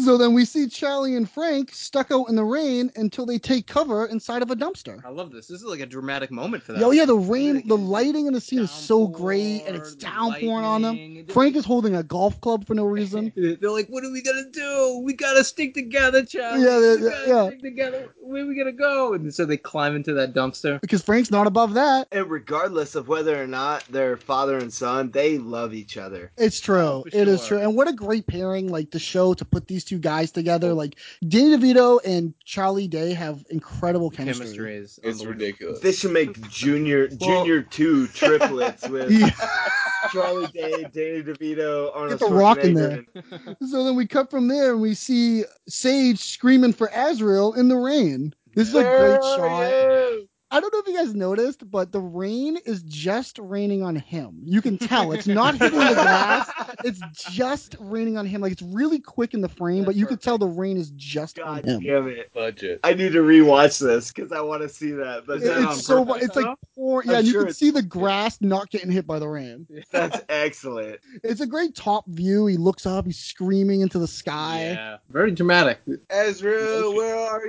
S1: So then we see Charlie and Frank stuck out in the rain until they take cover inside of a dumpster.
S8: I love this. This is like a dramatic moment for them.
S1: Oh yeah, the rain, the
S8: Yeah.
S1: lighting in the scene is so great, and it's downpouring on them. Frank is holding a golf club for no reason.
S8: (laughs) They're like, "What are we gonna do? We gotta stick together, Charlie.
S1: Yeah, they-
S8: we gotta
S1: yeah.
S8: stick together. Where are we gonna go?" And so they climb into that dumpster.
S1: Because Frank's not above that.
S2: And regardless of whether or not they're father and son, they love each other.
S1: It's true.
S8: for
S1: It is
S8: sure.
S1: true. And what a great pairing, like the show to put these two guys together. Like Danny DeVito and Charlie Day have incredible chemistry.
S8: Chemistry is
S5: It's
S8: unbelievable.
S5: ridiculous.
S2: They should make junior
S1: Well- (laughs)
S2: junior two triplets with
S8: (laughs)
S1: Yeah.
S2: Charlie Day, Danny DeVito, Arnold
S1: the Rock in
S2: Schwarzenegger.
S1: so then we cut from there and we see Sage screaming for Azrael in the rain. This is a
S2: Where
S1: great
S2: are
S1: shot.
S2: you?
S1: I don't know if you guys noticed, but the rain is just raining on him. You can tell it's not hitting the
S2: (laughs)
S1: glass. It's just raining on him. Like it's really quick in the frame, but you could tell the rain is just on
S2: God
S1: him.
S2: damn it!
S5: Budget.
S2: I need to rewatch this because I want to see that. But
S1: It-
S7: that
S2: that's,
S7: on
S1: it's so
S7: purpose,
S1: it's like poor.
S2: I'm
S1: Yeah, you
S2: sure
S1: can
S2: it's-
S1: see the grass not getting hit by the rain.
S2: that's excellent.
S1: It's a great top view. He looks up. He's screaming into the sky.
S8: Yeah, very dramatic.
S5: Ezra, where are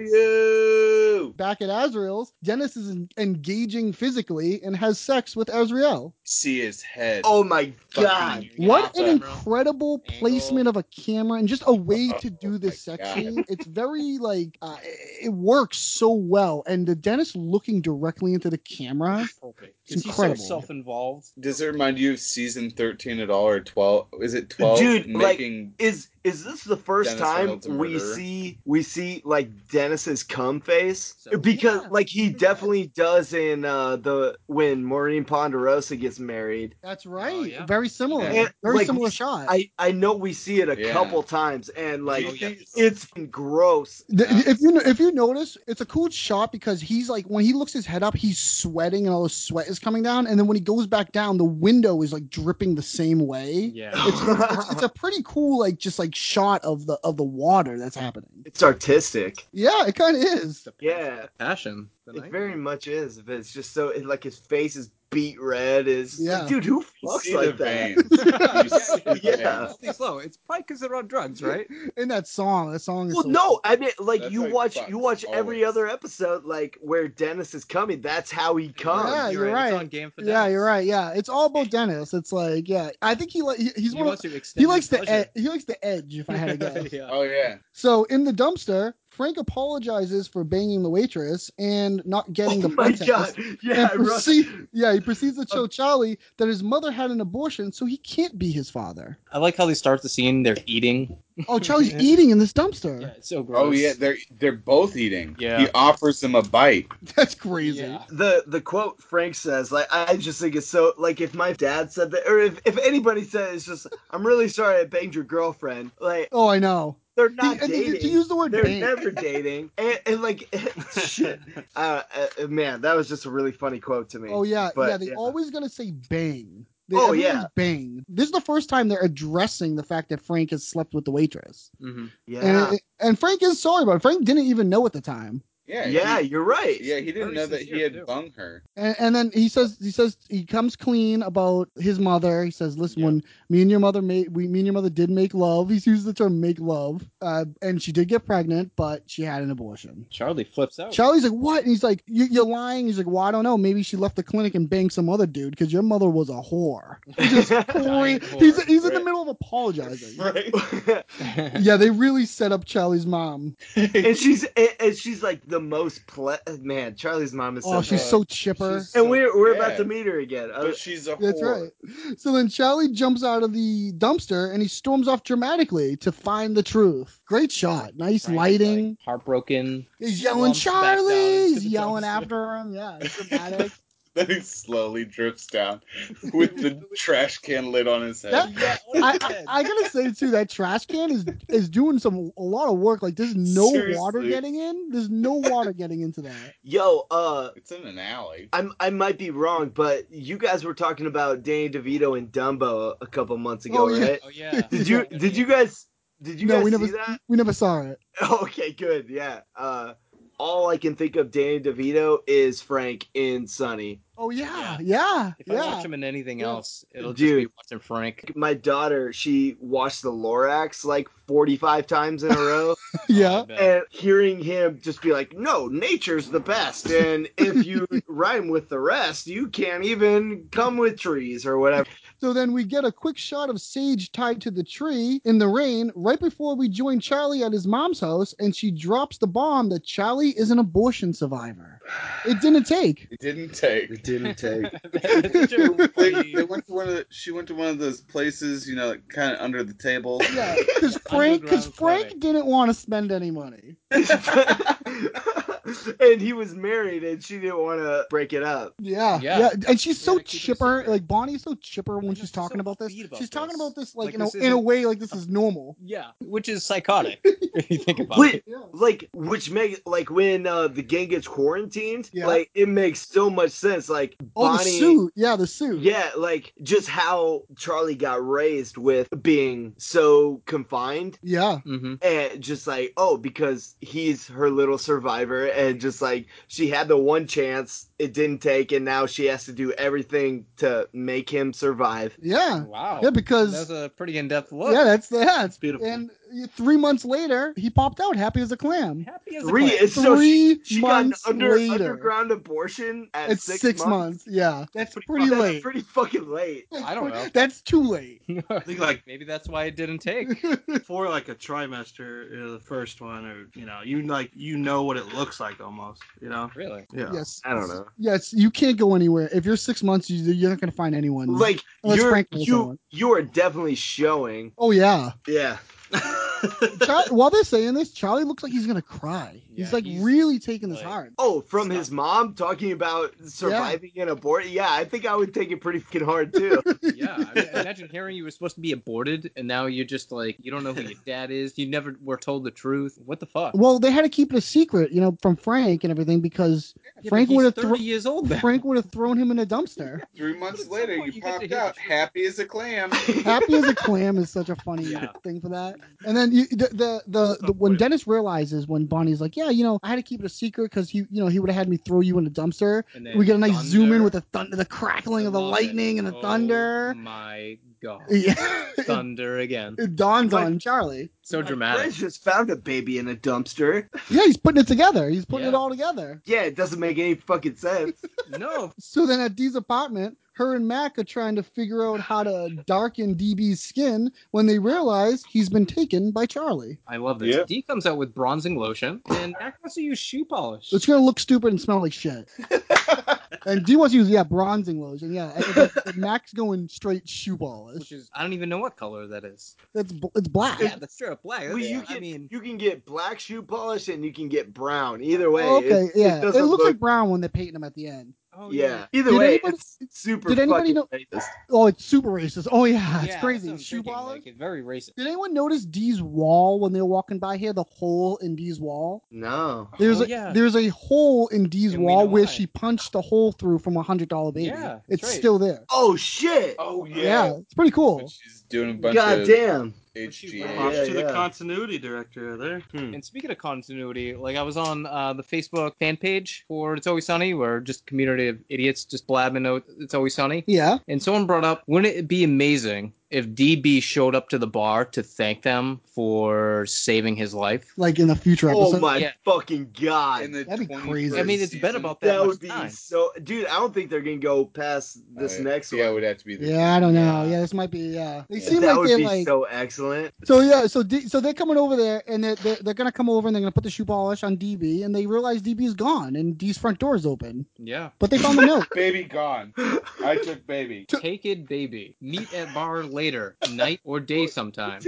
S5: you?
S1: Back at Azrael's, Dennis is en- engaging physically and has sex with Azrael.
S5: See his head.
S2: Oh my
S5: Fucking
S2: god!
S1: What
S5: Yeah,
S1: an
S5: but-
S1: incredible
S8: Angle.
S1: placement of a camera and just a way to
S5: Oh
S1: do this
S5: my
S1: sex scene. It's very like uh, it- it works so well, and the Dennis looking directly into the camera.
S8: It's
S1: incredible.
S8: He's so self-involved.
S5: Does it remind you of season thirteen at all, or twelve? Is it twelve?
S2: Dude, like-
S5: making
S2: Is is this the first
S5: Dennis
S2: time
S5: Reynolds a
S2: we
S5: murderer.
S2: see we see like Dennis's cum face?
S8: So-
S2: because
S1: Yeah.
S2: like he definitely does in uh the when Maureen Ponderosa gets married.
S1: That's right.
S8: yeah.
S1: Oh, Very similar.
S5: Yeah.
S1: Very
S2: Like,
S1: similar shot.
S2: I I know we see it a
S5: Yeah.
S2: couple times and like
S5: Do Oh, you think-
S2: it's gross.
S1: The- If you if you notice, it's a cool shot because he's like when he looks his head up, he's sweating and all the sweat is coming down, and then when he goes back down, the window is like dripping the same way.
S8: Yeah.
S5: (laughs)
S1: It's, it's, it's a pretty cool like just like shot of the of the water that's happening.
S2: It's artistic.
S1: Yeah, it kind of is.
S2: Yeah,
S8: Passion. The
S2: it
S8: night.
S2: very much is. But it's just so it, like his face is beat red. Is
S1: Yeah.
S2: dude who
S5: You
S2: fucks
S5: see
S2: like
S5: the
S2: that? (laughs)
S5: veins. You see the
S2: Yeah.
S5: veins.
S8: Pretty slow. It's probably because they're on drugs, right?
S1: In that song, that song is
S2: Well,
S1: so-
S2: no, I mean, like
S5: That's
S2: you
S5: how he
S2: watch,
S5: fucks,
S2: you watch every
S5: always.
S2: other episode, like where Dennis is coming. That's how he comes.
S1: Yeah, you're
S8: It's
S1: right.
S8: on game for
S1: Yeah,
S8: Dennis.
S1: you're right. Yeah, it's all about Dennis. It's like, yeah, I think he like he, he's
S8: He
S1: one
S8: wants
S1: of,
S8: to extend
S1: he likes the
S8: his
S1: ed-
S8: pleasure.
S1: he likes the edge. If I
S2: (laughs)
S1: had to go,
S8: (laughs) yeah.
S5: Oh yeah.
S1: so in the dumpster, Frank apologizes for banging the waitress and not getting
S2: Oh
S1: the
S2: my
S1: pretext.
S2: god! Yeah, Oh.
S1: and
S2: Russ-
S1: proceed, yeah, he proceeds to tell Charlie that his mother had an abortion, so he can't be his
S2: (laughs)
S1: father.
S8: I like how they start the scene. They're eating.
S1: Oh, Charlie's eating in this dumpster.
S8: Yeah, it's so gross.
S5: Oh yeah. They're they're both eating.
S8: Yeah.
S5: He offers him a bite.
S1: That's crazy.
S8: Yeah.
S2: the the quote Frank says, like I just think it's so like if my dad said that, or if, if anybody said it, it's just I'm really sorry I banged your girlfriend. Like
S1: Oh, I know.
S2: they're
S1: He-
S2: not
S1: and he-
S2: dating.
S1: to use the word
S2: they're
S1: bang.
S2: never dating, and, and like (laughs) shit, uh, uh, man, that was just a really funny quote to me.
S1: Oh yeah,
S2: But,
S1: yeah. They
S2: yeah.
S1: always gonna say bang. They,
S2: Oh,
S1: everyone's
S2: yeah.
S1: bang. This is the first time they're addressing the fact that Frank has slept with the waitress,
S8: hmm
S2: yeah,
S1: and, and Frank is sorry, but Frank didn't even know at the time.
S5: Yeah.
S2: yeah,
S5: He,
S2: you're right. (laughs)
S5: yeah. He didn't
S8: Very
S5: know that he
S8: sincere,
S5: had
S8: too.
S5: bung her.
S1: And, and then he says, he says, he comes clean about his mother. He says, listen,
S8: Yeah.
S1: when Me and your mother made we me and your mother did make love. He's used the term make love, uh, and she did get pregnant, but she had an abortion.
S8: Charlie flips
S2: Oh.
S8: out.
S1: Charlie's like, what? And he's like, you- you're lying. He's like, well, I don't know. Maybe she left the clinic and banged some other dude because your mother was a whore. Just (laughs)
S8: Giant
S1: cra- He's,
S8: whore.
S1: he's in the
S5: Right.
S1: middle of apologizing.
S5: Right.
S1: Yeah, they really set up Charlie's mom.
S2: and she's and, and she's like the most ple- man. Charlie's mom is so.
S1: Oh, she's
S2: nice.
S1: so chipper.
S5: she's-
S2: and we're we're about
S5: Yeah.
S2: to meet her again. Uh,
S5: (laughs) But she's a
S1: That's
S5: (laughs) whore.
S1: right. So then Charlie jumps out of the dumpster and he storms off dramatically to find the truth. Great shot. Nice
S8: Right,
S1: lighting.
S8: like, heartbroken.
S1: He's yelling,
S8: slumps back down
S1: Charlie!
S8: into
S1: He's
S8: the
S1: yelling
S8: dumpster.
S1: after him.
S8: (laughs)
S1: Yeah, it's dramatic.
S5: Then he slowly drifts down with
S2: (laughs)
S5: the trash can lid on his head.
S1: That- I, I, I gotta say too that trash can is is doing some a lot of work. Like there's no water
S5: Seriously.
S1: getting in. There's no water getting into that.
S2: yo, uh,
S5: It's in an alley.
S2: I'm I might be wrong, but you guys were talking about Danny DeVito and Dumbo a couple months ago,
S1: Oh, yeah.
S2: right?
S1: (laughs)
S8: Oh yeah.
S2: Did you did you guys did you
S1: no,
S2: guys
S1: we
S2: see
S1: never
S2: that?
S1: we never saw it.
S2: (laughs) Okay, good. Yeah. Uh, all I can think of Danny DeVito is Frank in Sunny.
S1: Oh yeah, yeah,
S8: If I
S1: yeah.
S8: watch him in anything
S1: Yeah.
S8: else, it'll
S2: Dude.
S8: just be watching Frank.
S2: My daughter, she watched the Lorax like 45 times in a row,
S1: (laughs)
S8: Oh,
S1: yeah.
S2: and hearing him just be like, "No, nature's the best," and if you rhyme with the rest, you can't even come with trees or whatever.
S1: So then we get a quick shot of Sage tied to the tree in the rain right before we join Charlie at his mom's house, and she drops the bomb that Charlie is an abortion survivor. It didn't take.
S5: It didn't take.
S2: didn't take.
S5: (laughs) They, they went to one of the, she went to one of those places, you know, like, kind of under the table.
S8: (laughs)
S1: Yeah, because Frank, because
S8: Underground
S1: Frank
S8: clinic.
S1: didn't want to spend any money.
S2: (laughs) and he was married, and she didn't want to break it up.
S1: Yeah, yeah,
S8: Yeah.
S1: and she's
S8: We
S1: so
S8: gotta keep it a
S1: chipper.
S8: secret.
S1: Like Bonnie's so chipper when
S8: know,
S1: she's
S8: she's
S1: talking
S8: so
S1: about this.
S8: upbeat about
S1: she's talking
S8: this.
S1: about this like,
S8: Like,
S1: in, a,
S8: this
S1: in a
S8: isn't-
S1: way like this is normal. Oh,
S8: Yeah, which is
S1: (laughs)
S8: psychotic if you think about
S2: Wait,
S8: it.
S1: Yeah.
S2: like which make like when uh the gang gets quarantined
S1: Yeah.
S2: like it makes so much sense like
S1: Oh, the
S2: bonnie
S1: suit. Yeah, the suit.
S2: yeah like just how charlie got raised with being so confined
S1: Yeah.
S8: Mm-hmm.
S2: and just like oh because he's her little survivor and just like she had the one chance it didn't take and now she has to do everything to make him survive
S1: Yeah.
S8: Wow.
S1: Yeah, because
S8: That's a pretty in-depth look.
S1: yeah, that's the yeah, it's
S7: beautiful.
S1: And uh, three months later, he popped out happy as a clam.
S8: Happy as a
S2: three
S8: clam.
S2: it's so she,
S1: Three
S2: she got an
S1: months
S2: under,
S1: later.
S2: underground abortion at
S1: It's six,
S2: six, Oh,
S1: months. Yeah, that's pretty,
S2: That's
S1: late.
S2: pretty fucking late
S8: I don't know.
S1: That's too late. (laughs)
S8: I
S7: think, like-
S8: (laughs) maybe that's why it didn't take.
S7: for like a trimester, you know, the first one, or you know, you like you know what it looks like almost, you know.
S8: Really?
S7: Yeah.
S1: Yes.
S2: i don't know
S1: Yes, you can't go anywhere if you're six months. You, you're not gonna find anyone.
S2: like
S1: Unless
S2: you're
S1: Frank knows
S2: you
S1: someone.
S2: you are definitely showing.
S1: oh yeah.
S2: Yeah.
S1: Char- while they're saying this, Charlie looks like he's gonna cry. he's
S8: Yeah,
S1: like
S8: he's,
S1: really taking this
S8: like-
S1: hard.
S2: Oh, from his mom talking about surviving an abortion. Yeah, I think I would take it pretty fucking hard too.
S8: Yeah. I
S1: (laughs)
S8: mean, imagine hearing you were supposed to be aborted, and now you're just like you don't know who your dad is. You never were told the truth. What the fuck?
S1: Well, they had to keep it a secret, you know, from Frank and everything because
S8: Yeah, but
S1: Frank
S8: he's
S1: would've
S8: 30
S1: thro-
S8: years old then.
S1: Frank would have thrown him in a dumpster.
S5: Three
S8: But
S5: months
S8: at some
S5: later,
S8: point
S5: you
S8: you get to
S5: popped
S8: hear the
S5: out
S8: truth.
S5: happy as
S8: (laughs)
S5: a (laughs) clam.
S1: Happy as a clam is such a funny
S8: Yeah.
S1: thing for that. And then you, the, the the the when Dennis realizes when Bonnie's like, yeah, you know, I had to keep it a secret because he, you know, he would have had me throw you in a dumpster.
S8: And
S1: we get a nice zoom in
S8: thunder.
S1: with the thunder, the crackling of the
S8: I love
S1: lightning
S8: it.
S1: and the
S8: Oh
S1: thunder.
S8: My God.
S1: (laughs) Yeah, it,
S8: Thunder again.
S1: it dawns
S2: Like-
S1: on Charlie.
S8: (laughs) So
S2: Fred
S8: dramatic.
S2: just found a baby in a dumpster.
S1: Yeah, he's putting it together. He's putting it
S8: Yeah.
S1: all together.
S2: Yeah, it doesn't make any fucking
S8: (laughs)
S2: sense.
S8: No.
S1: So then at Dee's apartment, her and Mac are trying to figure out how to darken DB's skin when they realize he's been taken by Charlie.
S8: I love this.
S5: Yeah.
S8: D comes out with bronzing lotion, and Mac wants to use shoe polish.
S1: It's gonna look stupid and smell like
S2: (laughs)
S1: shit. and D wants to use yeah bronzing lotion. Yeah, and- but- but Mac's going straight shoe
S8: Which
S1: polish.
S8: is, I don't even know what color that is.
S1: That's bl- it's black.
S8: Yeah, that's true. Black.
S2: Well, you
S8: I
S2: can
S8: mean,
S2: you can get black shoe polish and you can get brown. Either way, it-
S1: Oh, okay,
S2: it,
S1: yeah, it,
S2: doesn't
S1: looks
S2: look-
S1: like brown when they're painting him at the end.
S8: oh,
S2: yeah. Either
S1: Did
S2: way,
S1: anybody-
S2: it's super
S1: did anybody
S2: fucking
S1: know-
S2: racist.
S1: Oh, it's super racist. Oh yeah,
S8: Yeah,
S1: it's
S8: that's what
S1: crazy.
S8: I'm
S1: Shoe
S8: thinking,
S1: polish.
S8: like, it's very racist.
S1: Did anyone notice Dee's wall when they were walking by here? The hole in Dee's wall.
S2: No.
S1: There's
S8: Oh,
S1: a
S8: yeah.
S1: there's a hole in Dee's
S8: And we
S1: wall
S8: know
S1: where
S8: why.
S1: she punched a hole through from a hundred dollar baby.
S8: Yeah, that's
S1: it's
S8: right.
S1: still there.
S2: Oh shit.
S5: oh
S1: Yeah. it's pretty
S5: But
S1: cool.
S5: she's doing a bunch
S2: God
S5: of
S2: damn.
S5: HGA.
S7: Props
S2: Yeah,
S7: to
S2: yeah.
S7: the continuity director there. Hmm.
S8: And speaking of continuity, like I was on uh, the Facebook fan page for It's Always Sunny, where just community of idiots just blabbing out It's Always Sunny.
S1: Yeah.
S8: And someone brought up, wouldn't it be amazing if DB showed up to the bar to thank them for saving his life.
S1: Like in a future episode.
S2: Oh my
S8: Yeah.
S2: fucking god.
S5: In the
S1: That'd be
S5: 21st
S1: crazy.
S8: I mean, it's been
S5: season.
S8: about that,
S2: That
S8: much
S2: would be
S8: time.
S2: so, dude. I don't think they're gonna go past this
S5: Uh,
S2: next
S5: Yeah, it
S2: one.
S5: would have to be. The,
S1: Yeah, I don't know. Yeah, this might be. Yeah, they seem
S2: that
S1: like
S2: would
S1: they're
S2: be
S1: like. So,
S2: so excellent.
S1: yeah, so D, so they're coming over there, and they're, they're they're gonna come over, and they're gonna put the shoe polish on DB, and they realize DB is gone, and D's front door is open,
S8: Yeah.
S1: but they found the note. (laughs)
S5: Baby gone. I took baby.
S8: Take it, baby. Meet at bar later, night or day sometime.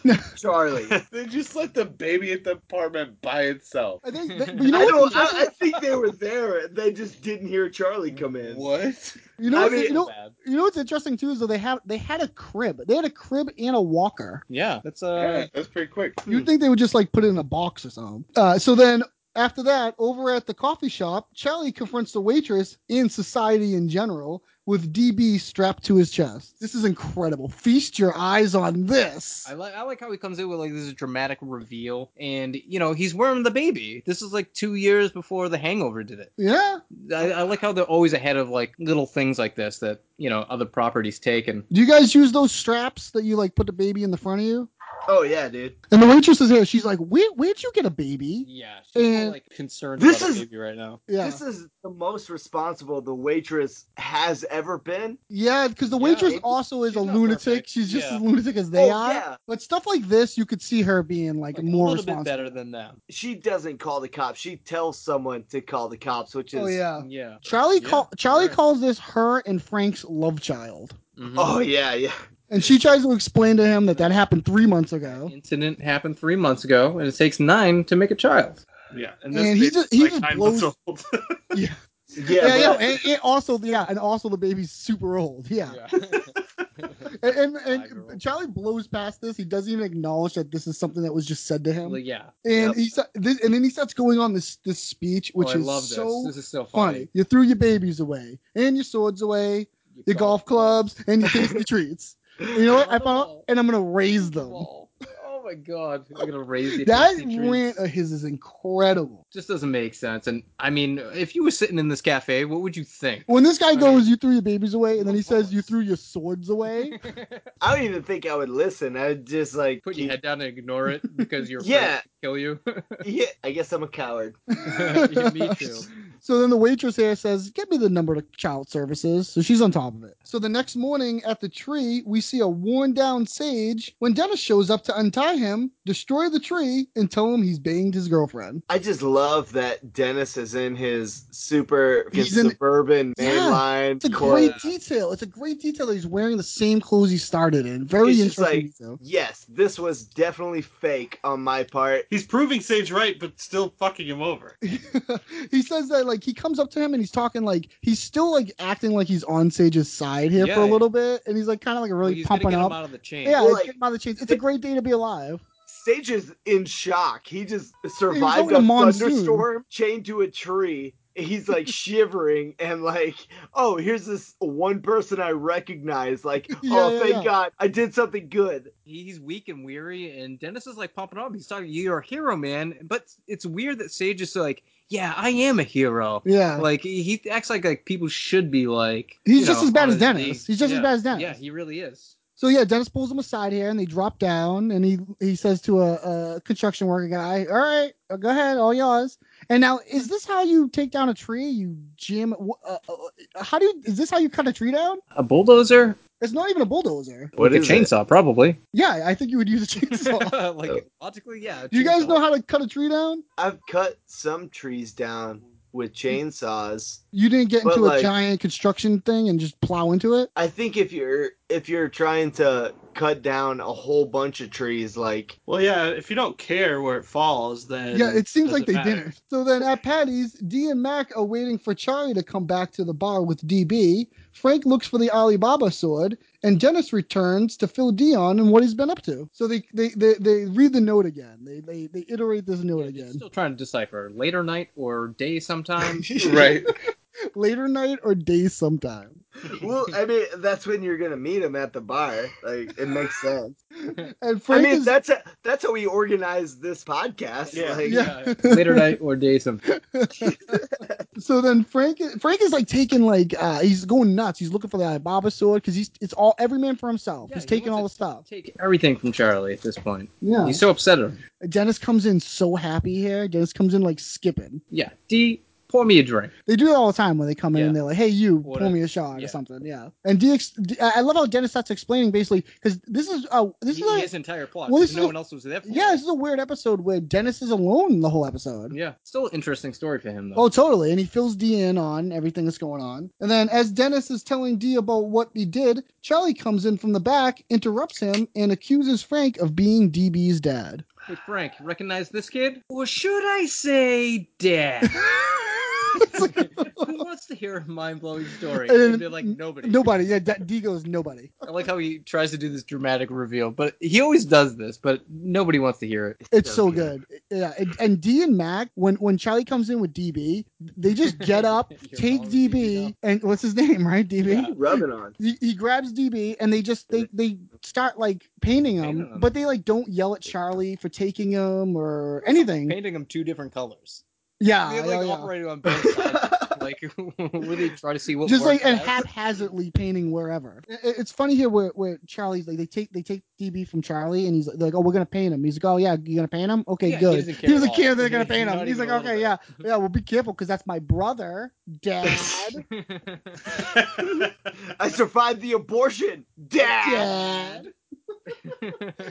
S1: (laughs)
S2: Charlie.
S5: (laughs) They just let the baby at the apartment by itself.
S1: I think, but you know
S2: I
S1: what?
S2: don't. I, I think they were there. They just didn't hear Charlie come in.
S5: What?
S1: you know,
S2: I
S1: what's,
S2: mean-
S1: you know, you know what's interesting too is though they have they had a crib, they had a crib and a walker.
S8: Yeah, that's
S5: Yeah,
S8: uh.
S5: that's pretty quick. (laughs)
S1: (laughs) You'd think they would just like put it in a box or something. Uh, so then after that, over at the coffee shop, Charlie confronts the waitress in society in general with DB strapped to his chest. This is incredible. Feast your eyes on this.
S8: I like I like how he comes in with like this dramatic reveal, and you know he's wearing the baby. This is like two years before The Hangover did it.
S1: yeah.
S8: I, I like how they're always ahead of like little things like this that you know other properties take, and
S1: Do you guys use those straps that you like put the baby in the front of you?
S2: Oh yeah, dude.
S1: And the waitress is here. She's like, Where, where'd you get a baby?
S8: yeah, she's more,
S1: And-
S8: like concerned
S2: This
S8: about the
S2: is-
S8: baby right now.
S1: Yeah.
S2: This is the most responsible the waitress has ever been.
S1: Yeah, because the
S8: Yeah,
S1: waitress
S8: it-
S1: also is a
S8: she's not
S1: lunatic.
S8: perfect.
S1: She's just
S8: Yeah.
S1: as lunatic as they
S2: Oh,
S1: are.
S2: yeah.
S1: But stuff like this, you could see her being like,
S8: Like, a
S1: more
S8: little bit
S1: responsible.
S8: better than them.
S2: She doesn't call the cops. She tells someone to call the cops, which is
S1: Oh yeah.
S8: Yeah.
S1: Charlie
S8: Yeah,
S1: call, Charlie
S8: right.
S1: calls this her and Frank's love child,
S8: Mhm.
S2: Oh yeah, yeah.
S1: and she tries to explain to him that that happened three months ago.
S8: Incident happened three months ago, and it takes nine to make a child.
S7: Yeah, and this
S1: And he
S7: baby's
S1: just- he
S7: like
S1: just
S7: nine
S1: blows-
S7: months old.
S2: Yeah,
S1: Yeah, yeah,
S2: but-
S1: and, and also yeah, and also the baby's super old. Yeah, and and,
S8: Five-year-old.
S1: and Charlie blows past this. He doesn't even acknowledge that this is something that was just said to him,
S8: (laughs) Well, yeah.
S1: and
S2: Yep.
S1: he sta- this, and then he starts going on this this speech, which
S8: oh, I
S1: is
S8: love this.
S1: so
S8: this is so
S1: funny.
S8: funny.
S1: You threw your babies away, and your swords away, your golf clubs, and your tasty treats. You know what?
S8: (laughs)
S1: I found, out, and I'm gonna raise them. (laughs)
S8: Oh my god! I'm gonna raise the
S1: That
S8: tasty treats.
S1: rant of his is incredible.
S8: Just doesn't make sense. And I mean, if you were sitting in this cafe, what would you think?
S1: When this guy
S8: Right.
S1: goes, you threw your babies away, and then he
S8: Well,
S1: says, you threw your swords
S2: (laughs)
S1: away.
S2: I don't even think I would listen. I would just like
S8: Put your head down and ignore it because you're
S2: Yeah.
S8: afraid
S1: (laughs)
S8: it'll kill
S2: (laughs) Yeah, I guess I'm a coward.
S8: (laughs) you. Yeah, Me too.
S1: so then the waitress here says, get me the number to child services. So she's on top of it. So the next morning at the tree, we see a worn down sage. When Dennis shows up to untie him, destroy the tree, and tell him he's banged his girlfriend.
S2: I just love that Dennis is in his super
S1: He's in-
S2: suburban
S1: Yeah,
S2: mainline.
S1: It's a
S2: cor-
S1: great detail. It's a great detail that he's wearing the same clothes he started in. Very
S2: It's just
S1: interesting
S2: like-
S1: detail.
S2: Yes, this was definitely fake on my part.
S7: He's proving Sage right, but still fucking him over.
S1: (laughs) he says that like he comes up to him and he's talking like he's still like acting like he's on Sage's side here
S8: Yeah.
S1: for a little bit, and he's like kind of like
S8: Well,
S1: really
S8: he's gonna
S1: pumping
S8: get
S1: up.
S8: him out of the chain.
S1: yeah,
S2: Well,
S1: it's
S2: like-
S1: getting him out of the chains. It's a great day to be alive.
S2: Sage is in shock. He just survived
S1: going
S2: a
S1: to monsoon.
S2: thunderstorm, chained to a tree. He's like shivering and like, oh, here's this one person I recognize. Like,
S1: (laughs) Yeah,
S2: oh,
S1: yeah,
S2: thank
S1: yeah.
S2: God, I did something good.
S8: He's weak and weary, and Dennis is like pumping up. He's talking, "You're a hero, man." But it's weird that Sage is like, "Yeah, I am a hero."
S1: Yeah,
S8: Like he he acts like like people should be like.
S1: He's
S8: you
S1: just
S8: know,
S1: as bad
S8: on
S1: as
S8: his
S1: Dennis.
S8: knees.
S1: He's just as
S8: Yeah.
S1: bad as Dennis.
S8: Yeah, he really is.
S1: so yeah, Dennis pulls him aside here, and they drop down, and he he says to a, a construction worker guy, "All right, go ahead, all yours." And now, is this how you take down a tree? You jam? wh- Uh, uh, how do you? Is this how you cut a tree down?
S8: A bulldozer
S1: It's not even a bulldozer.
S8: with a
S2: is it?
S1: (laughs)
S8: chainsaw, probably. (laughs)
S1: Yeah, I think you would use a chainsaw.
S8: like logically, yeah. a
S1: Do you guys
S8: chainsaw.
S1: know how to cut a tree down?
S2: I've cut some trees down with chainsaws.
S1: You didn't get
S2: But,
S1: into a
S2: like-
S1: giant construction thing and just plow into it?
S2: I think if you're if you're trying to cut down a whole bunch of trees, like
S7: (laughs) Well, yeah, if you don't care where it falls, then
S1: yeah, it seems
S7: doesn't
S1: like they
S7: matter.
S1: didn't. So then at Patty's, D and Mac are waiting for Charlie to come back to the bar with DB. Frank looks for the Alibaba sword, and Dennis returns to fill Dion and what he's been up to. So they they, they, they read the note again. They, they they iterate this note
S8: They're
S1: again. (laughs)
S2: (laughs)
S7: (laughs)
S8: Still trying to decipher later night or day sometime.
S5: right.
S1: later night or day sometime.
S2: well, I mean, that's when you're gonna meet him at the bar. Like, it makes sense.
S1: And Frank
S2: I mean,
S1: is
S2: that's a, that's how we organize this podcast.
S7: Yeah.
S2: Like,
S1: yeah.
S8: Uh, Later night or day sometime.
S1: so then Frank Frank is like taking like uh he's going nuts. He's looking for the Ibaba sword because he's it's all every man for himself.
S8: Yeah,
S1: he's
S8: he
S1: taking
S8: wants
S1: all the
S8: it.
S1: stuff.
S8: Take everything from Charlie at this point.
S1: Yeah.
S8: He's so upset at him.
S1: Dennis comes in so happy here. Dennis comes in like skipping.
S8: Yeah. D, pour me a drink.
S1: They do it all the time when they come in
S8: Yeah.
S1: and they're like, "Hey, you,
S8: What
S1: pour
S8: a-
S1: me a shot
S8: yeah.
S1: or something." Yeah. And DX, D- I I love how Dennis starts explaining basically because this is uh this
S8: He-
S1: is like
S8: his entire plot.
S1: Well, this
S8: because
S1: is
S8: no
S1: a-
S8: one else was there for.
S1: yeah,
S8: it.
S1: this is a weird episode where Dennis is alone the whole episode.
S8: Yeah. Still an interesting story for him, though.
S1: Oh, totally. And he fills D in on everything that's going on. And then as Dennis is telling D about what he did, Charlie comes in from the back, interrupts him, and accuses Frank of being DB's dad.
S8: Hey, Frank, recognize this kid? Or should I say
S1: (laughs)
S8: dad? (laughs) Who wants to hear a mind blowing story?
S1: And
S8: And they're like, nobody.
S1: Nobody. Yeah, D D goes nobody.
S8: I like how he tries to do this dramatic reveal, but he always does this, but nobody wants to hear it.
S1: It's so good. Yeah. And, and D and Mac, when, when Charlie comes in with DB, they just
S8: (laughs)
S1: get up,
S8: You're
S1: take
S8: wrong,
S1: DB,
S8: DB.
S1: and what's his name, right? DB?
S8: Yeah.
S2: rubbing on.
S1: he, he grabs DB and they just they they start like painting him,
S8: Painting him.
S1: but they like don't yell at Charlie for taking him or anything.
S8: Painting him two different colors.
S1: yeah,
S8: they like
S1: Mm. Ah, yeah, yeah.
S8: operated on both sides. like, (laughs) really try to see what
S1: just like
S8: worked
S1: and
S8: best.
S1: haphazardly painting wherever. I- I- It's funny here where, where Charlie's like they take they take DB from Charlie and he's like, they're like, oh we're gonna paint him. He's like oh yeah you're gonna paint him okay
S8: Yeah, he
S1: good.
S8: doesn't care at all.
S1: they're gonna paint
S8: Not
S1: him. He's
S8: even
S1: like
S8: a little
S1: okay yeah
S8: bit.
S1: yeah well be careful because that's my brother
S8: (laughs)
S1: dad.
S2: I survived the abortion, Dad.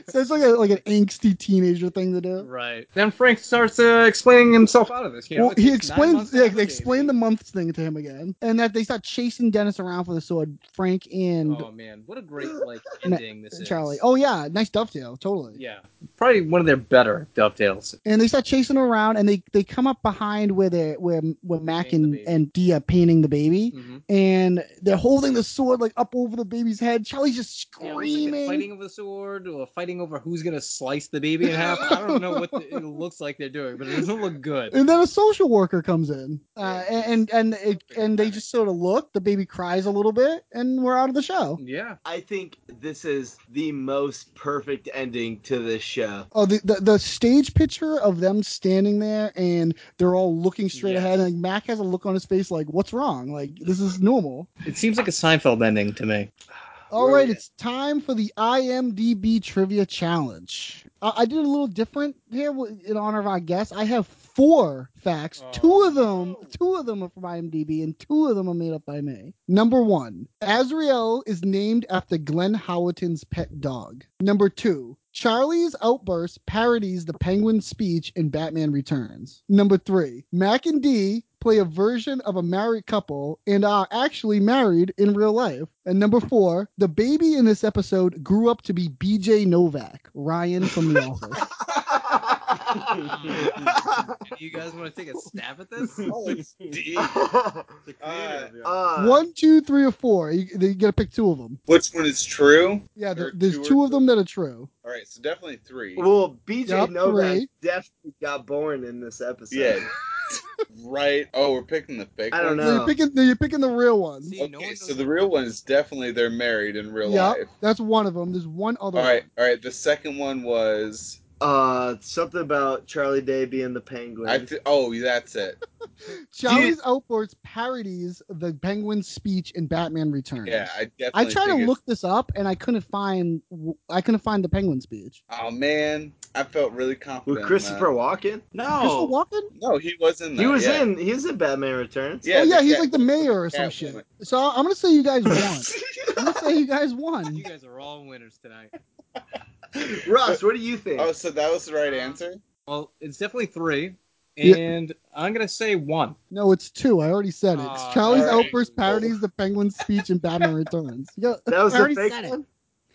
S1: so it's like a, like an angsty teenager thing to do.
S8: right. Then Frank starts uh, explaining himself out of this. You know,
S1: well,
S8: it
S1: he
S8: takes nine
S1: explains
S8: months
S1: yeah,
S8: to have
S1: they
S8: a
S1: explained the
S8: baby.
S1: months thing to him again, and that they start chasing Dennis around for the sword. Frank and
S8: Oh man, what
S1: (laughs)
S8: a great like
S1: Ma-
S8: ending this is.
S1: Charlie. Oh yeah, nice dovetail, totally.
S8: Yeah, probably one of their better dovetails.
S1: And they start chasing him around, and they, they come up behind where they where where Mac
S8: Painting
S1: and
S8: the baby.
S1: and Dia painting the baby,
S8: Mm-hmm.
S1: and they're holding the sword like up over the baby's head. Charlie's just
S8: Yeah, was like a
S1: screaming.
S8: fighting over the sword or fighting over who's gonna slice the baby in half. I don't know what the, it looks like they're doing, but it doesn't look
S1: (laughs)
S8: good.
S1: and then a social worker comes in, uh,
S8: Yeah.
S1: and and it, and they just sort of look. The baby cries a little bit, and we're out of the show.
S8: Yeah,
S2: I think this is the most perfect ending to this
S5: (laughs)
S2: show.
S1: Oh, the, the the stage picture of them standing there and they're all looking straight
S8: Yeah.
S1: ahead. And like, Mac has a look on his face like, "What's wrong? Like this is normal."
S8: it seems like a Seinfeld ending to me.
S1: All
S2: Where
S1: right,
S2: we at?
S1: it's time for the IMDb trivia challenge. I, I did a little different here w- in honor of our guest. I have four facts.
S8: Oh,
S1: two of them,
S8: no.
S1: two of them are from IMDb, and two of them are made up by me. Number one, Azrael is named after Glenn Howerton's pet dog. Number two. Charlie's outburst parodies the penguin's speech in Batman Returns. Number three, Mac and D play a version of a married couple and are actually married in real life. And number four, the baby in this episode grew up to be BJ Novak, Ryan from
S5: (laughs)
S1: The Office.
S2: Uh,
S8: You guys want to take a stab at this?
S7: (laughs)
S5: D.
S7: The creator of the-
S2: Uh,
S1: One, two, three, or four. You, you gotta pick two of them.
S5: Which one is true?
S1: Yeah,
S5: Or
S1: there, there's
S5: two or
S1: two of
S5: three.
S1: them that are true.
S5: All right, so definitely three.
S2: Well, BJ
S1: Yup,
S2: Novak
S1: three.
S2: definitely got born in this episode.
S5: yeah. right. Oh, we're picking the fake
S2: I don't
S5: one?
S1: No, you're
S2: No.
S1: picking, no, you're picking the real ones.
S8: See, no
S5: Okay,
S8: one
S5: so
S8: knows-
S5: the real one is definitely they're married in real
S1: Yeah,
S5: life.
S1: that's one of them. There's one other
S5: All right,
S1: one.
S5: all right. The second one was
S2: Uh, something about Charlie Day being the penguin.
S5: I. Th- oh, that's it.
S1: Charlie's outburst parodies the penguin's speech in Batman
S2: Hmm.
S1: Returns.
S5: Yeah, I definitely.
S1: I tried to
S5: think it's-
S1: look this up and I couldn't find I couldn't find the penguin speech.
S5: Oh man, I felt really confident.
S2: With
S5: in
S2: Christopher Walken?
S5: Oh.
S1: Christopher
S7: No.
S1: Walken?
S5: that. No, he was in. That,
S2: He was
S5: yeah.
S2: in. He was in Batman Returns.
S1: oh
S5: Yeah,
S1: yeah,
S5: the
S1: he's
S5: cat-
S1: like the mayor or some
S5: cat
S1: shit.
S5: woman.
S1: So I'm gonna say you guys won.
S5: (laughs)
S1: I'm gonna say you guys
S8: You
S1: won.
S8: guys are all winners tonight.
S2: Ross, what do you think?
S5: oh, so that was the
S7: Uh-huh.
S5: right answer.
S8: Well, it's definitely three,
S1: Yeah.
S8: and I'm gonna say one.
S1: No, it's two. I already said it. It's
S8: Aw,
S1: Charlie's
S5: alright.
S1: outburst parodies the penguin's speech in Batman Returns. Yeah,
S2: that was
S1: I
S2: a
S1: already
S2: fake
S1: said it.
S2: one?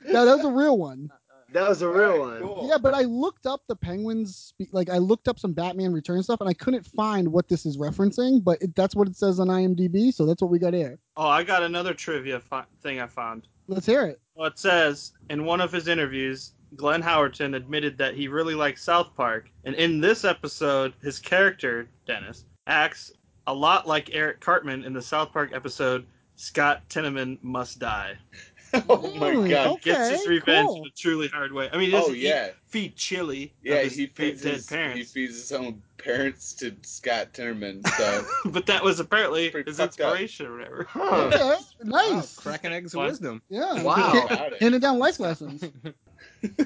S1: no, that was a real one.
S2: That was a real one.
S1: Yeah, but I looked up the penguin's spe- like I looked up some Batman Return stuff and I couldn't find what this is referencing, but it, that's what it says on IMDb, so that's what we got here.
S7: Oh, I got another trivia fi- thing I found.
S1: Let's hear it.
S7: Well, it says in one of his interviews, Glenn Howerton admitted that he really likes South Park, and in this episode, his character Dennis acts a lot like Eric Cartman in the South Park episode Scott Teneman Must Die.
S5: (laughs) oh my
S1: Really?
S5: god.
S1: Okay,
S7: Gets his revenge
S1: cool.
S7: in a truly hard way. I mean, he
S5: Oh,
S7: doesn't eat-
S5: yeah.
S7: feed chili.
S5: Yeah,
S7: of his
S5: he
S7: fa-
S5: feeds
S7: dead
S5: his he
S7: parents.
S5: feeds his own parents to
S1: (laughs)
S5: Scott Timmerman. So
S7: (laughs) but that was apparently
S5: Pretty
S7: his
S5: fucked up.
S7: inspiration or whatever.
S1: (laughs)
S2: Huh.
S1: Okay, nice.
S8: cracking eggs
S7: Fun.
S8: of wisdom.
S1: Yeah.
S2: Wow.
S1: Hand-
S5: About it.
S1: Handing down life
S2: (laughs)
S1: lessons.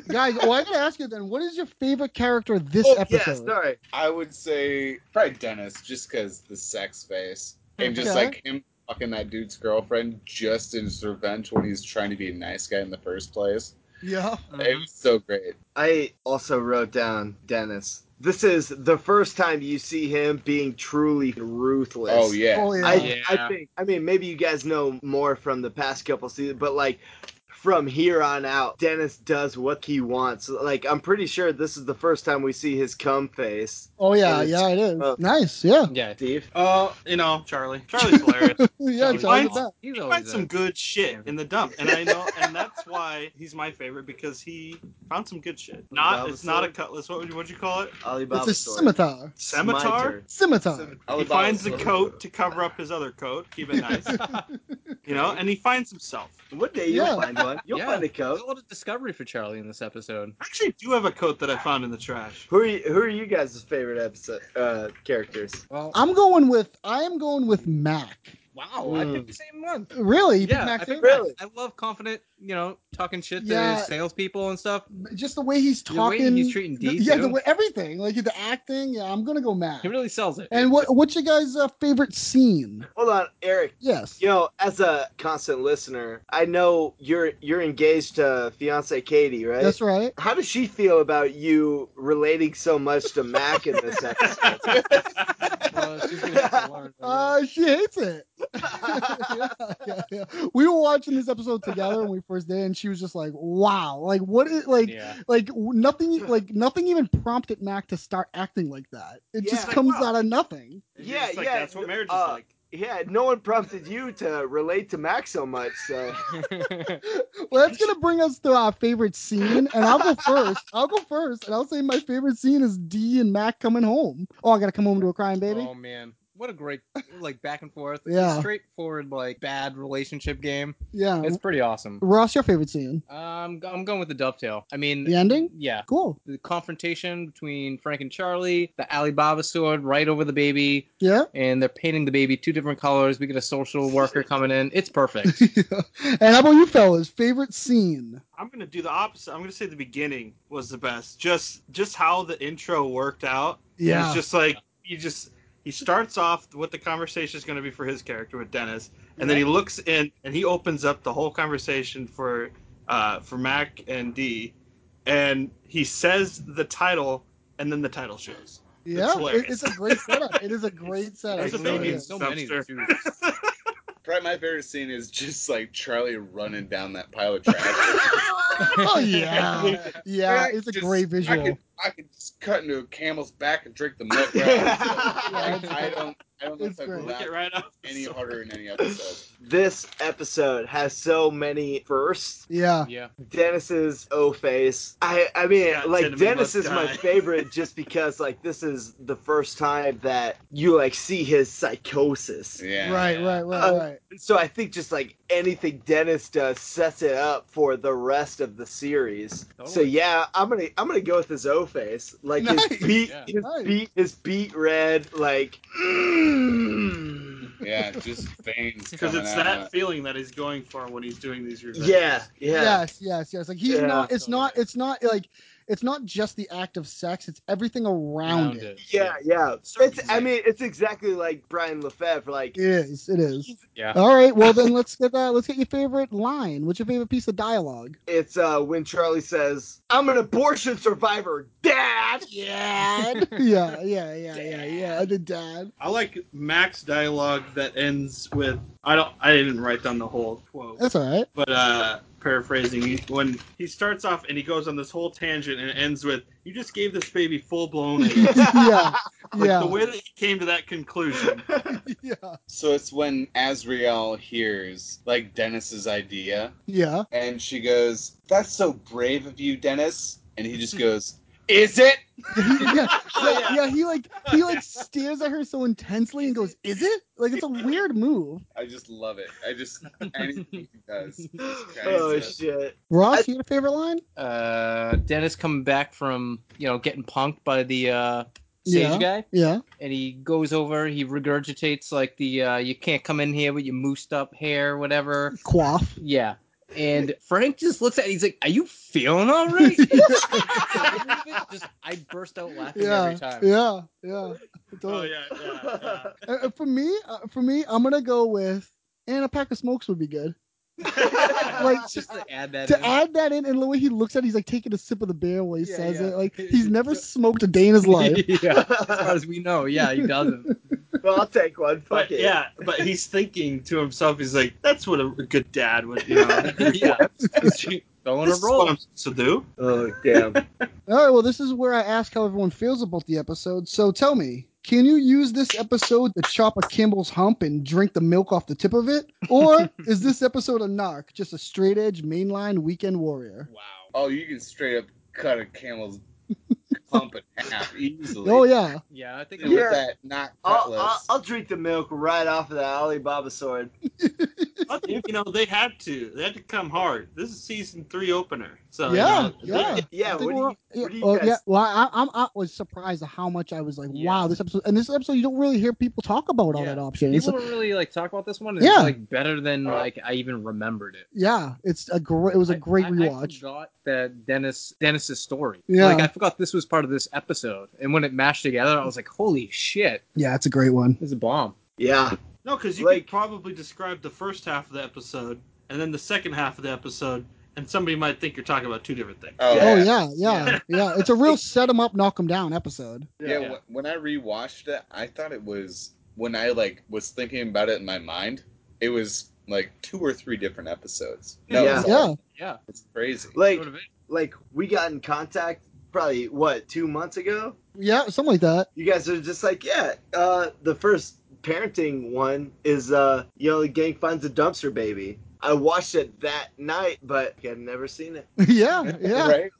S1: Guys, well, I gotta ask you then, what is your favorite character this
S2: Oh,
S1: episode?
S2: yeah, sorry.
S5: I would say probably Dennis, just because the sex face and just
S1: Okay.
S5: like him fucking that dude's girlfriend just in his revenge when he's trying to be a nice guy in the first place.
S1: Yeah.
S7: Mm-hmm.
S5: It was so great.
S2: I also wrote down Dennis. This is the first time you see him being truly ruthless.
S5: Oh yeah.
S1: Oh, yeah.
S2: I,
S6: Yeah.
S2: I think I mean maybe you guys know more from the past couple seasons, but like from here on out, Dennis does what he wants. Like I'm pretty sure this is the first time we see his cum face.
S1: Oh, yeah,
S2: it's-
S1: yeah, it is.
S2: uh,
S1: nice, yeah.
S8: Yeah,
S2: Steve,
S5: Uh,
S7: Oh, you know,
S5: (laughs)
S7: Charlie. Charlie's hilarious.
S1: yeah,
S7: Charlie
S1: Charlie
S7: White.
S1: Brown.
S8: Oh, he's
S7: He
S8: always
S7: finds some good shit in the dump, and I know, and that's why he's my favorite because he found some good shit. Not, it's not a cutlass. What would you, what'd you call it?
S2: Alibaba.
S1: It's a
S2: story.
S1: scimitar.
S7: Scimitar.
S1: Scimitar.
S7: He
S5: Alibaba
S7: finds the
S5: was-
S7: coat to cover up his other coat, keep it nice,
S8: a
S7: you know, and he finds himself.
S2: One day you'll
S1: Yeah.
S2: find one. You'll
S8: Yeah.
S2: find a coat.
S8: lot of discovery for Charlie in this episode.
S7: I actually do have a coat that I found in the
S2: (laughs)
S7: trash.
S2: Who are you, who are you guys' favorite episode uh, characters?
S8: Well,
S1: I'm going with I am going with Mac.
S8: wow, I picked the same one.
S1: Really? You picked
S8: yeah,
S1: Mac
S8: I,
S1: too?
S8: think
S2: Really?
S8: I love confident, you know, talking shit
S1: Yeah.
S8: to salespeople and stuff.
S1: Just the way he's
S8: The way
S1: talking.
S8: he's treating
S1: the-
S8: D,
S1: (laughs) yeah,
S8: too.
S1: the way everything, like the acting. Yeah, I'm gonna go Mac.
S8: He really sells it.
S1: and what what's your guys' uh, favorite scene?
S2: Hold on, Eric.
S1: Yes.
S2: You know, as a constant listener, I know you're you're engaged to fiance Katie, right?
S1: That's right.
S2: How does she feel about you relating so much to Mac in (laughs) this episode?
S7: (laughs)
S8: Uh, she's gonna
S1: (laughs)
S8: have to learn.
S1: Uh, she hates it. (laughs) yeah, yeah, yeah. We were watching this episode together when we first did, and she was just like, "Wow, like what is like
S8: yeah. (laughs)
S1: like w- nothing like nothing even prompted Mac to start acting like that. It just
S2: Yeah.
S1: comes
S7: Wow.
S1: out of nothing.
S7: And
S2: Yeah,
S7: it's like,
S2: yeah,
S7: That's what marriage
S2: uh,
S7: is like.
S2: yeah, no one prompted you to relate to Mac so much, so
S1: Well, that's gonna bring us to our favorite scene, and I'll go first. I'll go first, and I'll say my favorite scene is D and Mac coming home. Oh, I gotta come home to a crying baby.
S8: Oh man, what a great like back and forth,
S1: Yeah. Uh-huh.
S8: straightforward like bad relationship game.
S1: yeah,
S8: It's pretty awesome.
S1: Ross, your favorite scene?
S8: Um, I'm going with the dovetail. I mean,
S1: The ending?
S8: yeah.
S1: Cool.
S8: The confrontation between Frank and Charlie, the Alibaba sword right over the baby,
S1: Yeah.
S8: and they're painting the baby two different colors. We get a social worker coming in.
S1: (laughs)
S8: It's perfect.
S1: and how about you, fellas? Favorite scene?
S7: I'm gonna do the opposite. I'm gonna say the beginning was the best. Just just how the intro worked out. It's just like he just he starts off what the conversation is gonna be for his character with Dennis, and then he looks in and he opens up the whole conversation for uh, for Mac and D, and he says the title, and then the title shows.
S1: yeah.
S7: hilarious.
S1: it- it's a great setup. It is a great setup.
S7: There's a
S1: It
S7: baby
S1: really
S7: in
S1: is.
S8: so many.
S7: Dumpster.
S8: dudes.
S5: Probably my favorite scene is just like Charlie running down that pile of trash.
S1: Oh
S7: (laughs)
S1: yeah, (laughs) yeah.
S5: I
S1: It's a
S5: just-
S1: great
S5: I
S1: visual.
S5: could, I could just cut into a camel's back and drink
S1: (laughs)
S5: the milk. right out of it.
S2: Yeah,
S1: it's
S5: I don't. I don't know
S1: It's
S5: if I
S1: great.
S5: could
S7: Look
S5: laugh
S7: it right up.
S5: any
S7: So-
S5: harder in
S7: (laughs)
S5: any episode.
S2: (laughs) this episode has so many firsts.
S1: (laughs) Yeah.
S8: yeah.
S2: Dennis's O face. I I mean
S7: Yeah,
S2: like
S7: Tenement
S2: Dennis
S7: must
S2: is my
S7: die.
S2: favorite just because like this is the first time that you like see his psychosis.
S5: Yeah.
S1: Right. Right. Right.
S2: Uh,
S1: right.
S2: So I think just like anything Dennis does sets it up for the rest of the series. So
S8: Totally.
S2: yeah, I'm gonna I'm gonna go with his O face. Like
S1: Nice.
S2: his beat
S8: Yeah.
S2: his
S1: Nice.
S2: beat his beat red, like mm.
S5: Yeah. Just
S7: (laughs)
S5: veins
S7: Because
S5: coming
S7: it's
S5: out.
S7: that feeling that he's going for when he's doing these reviews.
S2: yeah, yeah.
S1: Yes, yes, yes. Like he's
S2: Yeah.
S1: not. It's not.
S8: Totally.
S1: It's not like. It's not just the act of sex. It's everything around
S8: Rounded.
S1: it.
S2: Yeah, yeah. It's, I
S8: Circumcised.
S2: mean, it's exactly like Brian Lefebvre. Like,
S1: It is. It is.
S8: Yeah.
S1: All right. Well, then let's get that. Let's get your favorite line. What's your favorite piece of dialogue?
S2: It's uh, when Charlie says, "I'm an abortion survivor,
S7: (laughs)
S2: Dad."
S1: Yeah. (laughs) yeah. Yeah. Yeah. Yeah. Yeah. The dad.
S7: I like Max dialogue that ends with I don't I didn't write down the whole quote.
S1: That's all right. (laughs)
S7: but uh paraphrasing he- when he starts off and he goes on this whole tangent and it ends with you just gave this baby full (laughs) blown
S1: Yeah.
S7: like
S1: yeah.
S7: the way that he came to that (laughs) conclusion
S1: yeah.
S5: So it's when Azriel hears like Dennis's idea,
S1: Yeah.
S5: and she goes, "That's so brave of you, Dennis." And he just goes,
S7: Is it?
S1: yeah, yeah, yeah, he like he like stares at her so intensely and goes, "Is it?" Like it's a weird move.
S5: I just love it. I just anything he does. Jesus Christ.
S2: Oh shit.
S1: Ross, your favorite line?
S8: Uh, Dennis coming back from you know getting punked by the uh, sage
S1: Yeah.
S8: guy,
S1: Yeah.
S8: and he goes over. He regurgitates like the uh, "you can't come in here with your moosed up hair, whatever."
S1: Quaff.
S8: Yeah. And Frank just looks at it, he's like, Are you feeling all
S1: (laughs)
S8: right? (laughs) just, I burst out laughing
S1: Yeah.
S8: every time.
S1: Yeah. Yeah.
S7: Oh
S1: Totally.
S7: yeah, yeah, yeah.
S1: Uh, uh, for me, uh, for me, I'm gonna go with and a pack of smokes would be good. (laughs) like
S8: Just to add that
S1: to
S8: (laughs) in.
S1: add that in, and the way he looks at, it, he's like taking a sip of the beer while he
S8: Yeah,
S1: says
S8: yeah.
S1: it.
S8: (laughs)
S1: Like he's never smoked a day in his life.
S8: yeah. As far as we know, yeah,
S1: (laughs)
S8: he doesn't.
S2: (laughs)
S8: (laughs)
S2: Well, I'll take one. Fuck
S7: But
S2: it.
S7: yeah, but he's thinking to himself, he's like, "That's what a good dad would, (laughs) you know,
S8: yeah. Throwing
S7: this
S8: a
S7: is what
S8: roll.
S7: I'm supposed to do."
S2: Oh damn.
S1: All right, well, this is where I ask how everyone feels about the episode. So tell me, can you use this episode to chop a Kimball's hump and drink the milk off the tip of it,
S8: (laughs)
S1: or is this episode a knock, just a straight edge mainline weekend warrior?
S8: Wow.
S5: Oh, you can straight up cut a camel's hump in half easily.
S1: Oh yeah,
S8: Yeah, I think
S5: With
S8: it was
S2: Yeah.
S5: that not
S2: I'll,
S5: cutlass.
S2: I'll, I'll drink the milk right off of that Alibaba sword.
S7: you know, they had to. They had to come hard. This is season three opener, so
S1: yeah,
S7: you know,
S1: yeah.
S2: Yeah,
S1: I think
S2: what do
S1: we're-
S2: you, what do you
S1: oh,
S2: guys
S1: yeah. Well, I, I'm I was surprised at how much I was like,
S8: Yeah.
S1: wow, this episode. And this episode, you don't really hear people talk about all
S8: Yeah.
S1: that option. It's-
S8: people don't really like talk about this one. and It's
S1: Yeah.
S8: like better than like I even remembered it.
S1: yeah, it's a great. It was a great
S8: I, I
S1: rewatch.
S8: forgot that Dennis Dennis's story.
S1: Yeah.
S8: Like I forgot this was part of this episode. And when it mashed together, I was like, Holy shit,
S1: yeah, it's a great one.
S8: this is a bomb.
S2: Yeah.
S7: no, because you
S2: Like-
S7: could probably describe the first half of the episode and then the second half of the episode, and somebody might think you're talking about two different things.
S5: Oh,
S1: Oh
S5: yeah.
S1: yeah, yeah, (laughs) yeah. It's a real set 'em up, knock 'em down episode.
S5: Yeah,
S8: Yeah.
S5: wh- when I rewatched it, I thought it was when I like was thinking about it in my mind. It was like two or three different episodes. No,
S2: Yeah.
S5: it's, all-
S1: Yeah,
S8: Yeah.
S5: it's crazy.
S2: Like
S8: Would've been-
S2: like we got in contact probably what two months ago.
S1: yeah, something like that. (laughs)
S2: You guys are just like yeah. Uh, the first parenting one is uh, you know the gang finds a dumpster baby. I watched it that night, but I'd never seen it.
S1: yeah, yeah. (laughs)
S5: Right?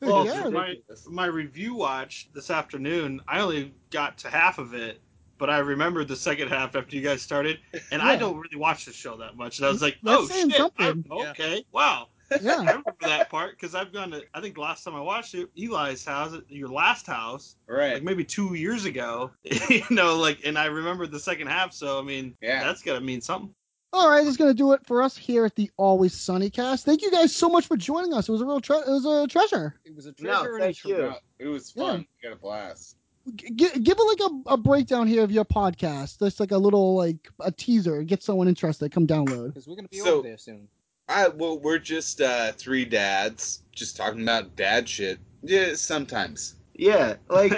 S7: Well,
S1: Yeah.
S7: (laughs) for my, my review watch this afternoon, I only got to half of it, but I remembered the second half after you guys started, and I
S1: Yeah.
S7: don't really watch the show that much. And I was like,
S1: That's
S7: oh
S1: saying
S7: shit, I'm-
S1: something.
S7: okay, wow, I
S1: Yeah,
S7: remember that part because I've gone to. I think last time I watched it, Eli's house, your last house, like
S5: Right.
S7: maybe two years ago, (laughs) you know, like, and I remembered the second half. So I mean,
S5: Yeah.
S7: that's gotta mean something.
S1: All right, that's gonna do it for us here at the Always Sunny Cast. Thank you guys so much for joining us. It was a real tre- it was a treasure.
S8: It was a
S2: No,
S8: treasure and a
S2: thank
S8: treasure.
S2: you.
S5: No, it was
S1: Yeah.
S5: fun. We got a blast.
S1: G- gi- give it like a, a breakdown here of your podcast. That's like a little like a teaser. Get someone interested. Come download.
S8: Because we're gonna be
S5: So-
S8: over there soon.
S5: I well, we're just uh, three dads just talking about dad shit. Yeah, sometimes.
S2: Yeah, like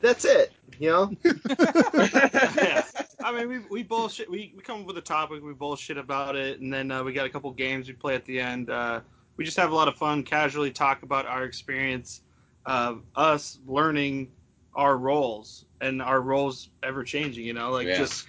S2: that's it. You know.
S7: yeah. (laughs) I mean, we, we bullshit. We, we come up with a topic, we bullshit about it, and then uh, we got a couple games we play at the end. Uh, we just have a lot of fun, casually talk about our experience of us learning our roles and our roles ever changing. You know, like
S5: Yeah.
S7: just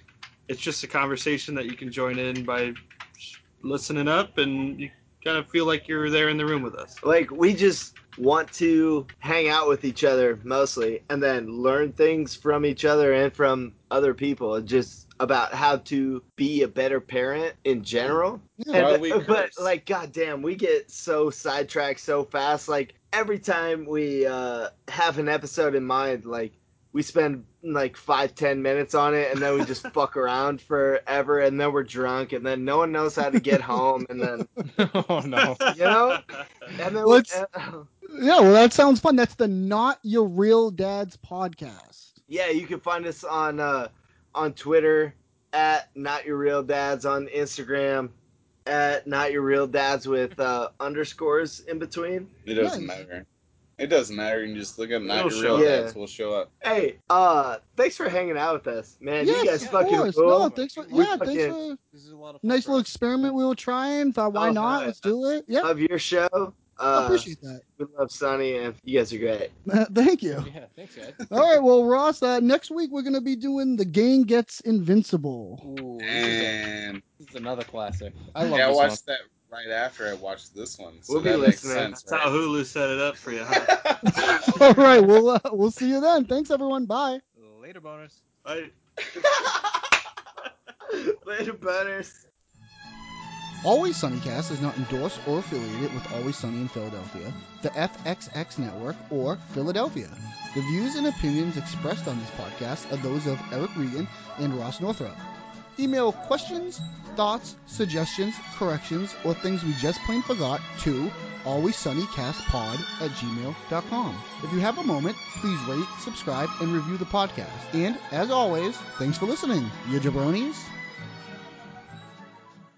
S7: it's just a conversation that you can join in by sh- listening up, and you kind of feel like you're there in the room with us.
S2: Like we just want to hang out with each other mostly and then learn things from each other and from other people just about how to be a better parent in general.
S1: Yeah.
S5: Why
S2: And,
S5: we
S2: but
S5: curse?
S2: like goddamn, we get so sidetracked so fast like every time we uh have an episode in mind like we spend like five ten minutes on it and then we
S5: (laughs)
S2: just fuck around forever and then we're drunk and then no one knows how to get home and then
S8: (laughs) oh no.
S2: you
S5: (laughs)
S2: know and then uh,
S1: Let's-
S2: and-
S1: yeah, well, that sounds fun. That's the Not Your Real Dad's podcast.
S2: yeah you can find us on uh on twitter at not your real dads on instagram at not your real dads
S1: (laughs)
S2: with uh underscores in between
S5: It doesn't
S1: Nice.
S5: matter. It doesn't matter. You can just look up not
S7: It'll
S5: your real
S2: show up.
S5: dads. We'll show up.
S2: hey uh thanks for hanging out with us man
S1: Yes,
S2: you guys
S1: of
S2: fucking
S1: course.
S2: rule.
S1: No, thanks for
S2: We
S1: yeah, thanks
S2: fucking-
S1: for
S8: This is a lot of fun
S1: nice
S8: for
S1: little
S8: us.
S1: experiment we were trying. Thought why
S2: Oh,
S1: not?
S2: hi.
S1: Let's do it. Yeah,
S2: love your show
S1: I
S2: uh
S1: appreciate that.
S2: we love Sonny and you guys are great
S1: (laughs) Thank you.
S8: Yeah, thanks guys.
S1: All right, well, Ross, uh, next week we're going to be doing The Gang Gets Invincible.
S8: Ooh, this is, a-
S5: And
S8: this is another classic. I love
S5: yeah, I
S8: this
S5: watched that right after I watched this one. So
S7: we'll be
S5: that makes
S7: listening.
S5: sense,
S7: That's how
S5: right?
S7: Hulu set it up for you. Huh?
S1: (laughs)
S5: (laughs)
S1: All right, we'll uh, we'll see you then. Thanks everyone. Bye.
S6: Later bonus.
S7: I-
S2: Later, butters.
S1: Always Sunnycast is not endorsed or affiliated with Always Sunny in Philadelphia, the FXX Network, or Philadelphia. The views and opinions expressed on this podcast are those of Eric Regan and Ross Northrup. Email questions, thoughts, suggestions, corrections, or things we just plain forgot to alwayssunnycastpod at gmail.com. If you have a moment, please rate, subscribe, and review the podcast. And as always, thanks for listening, you jabronis.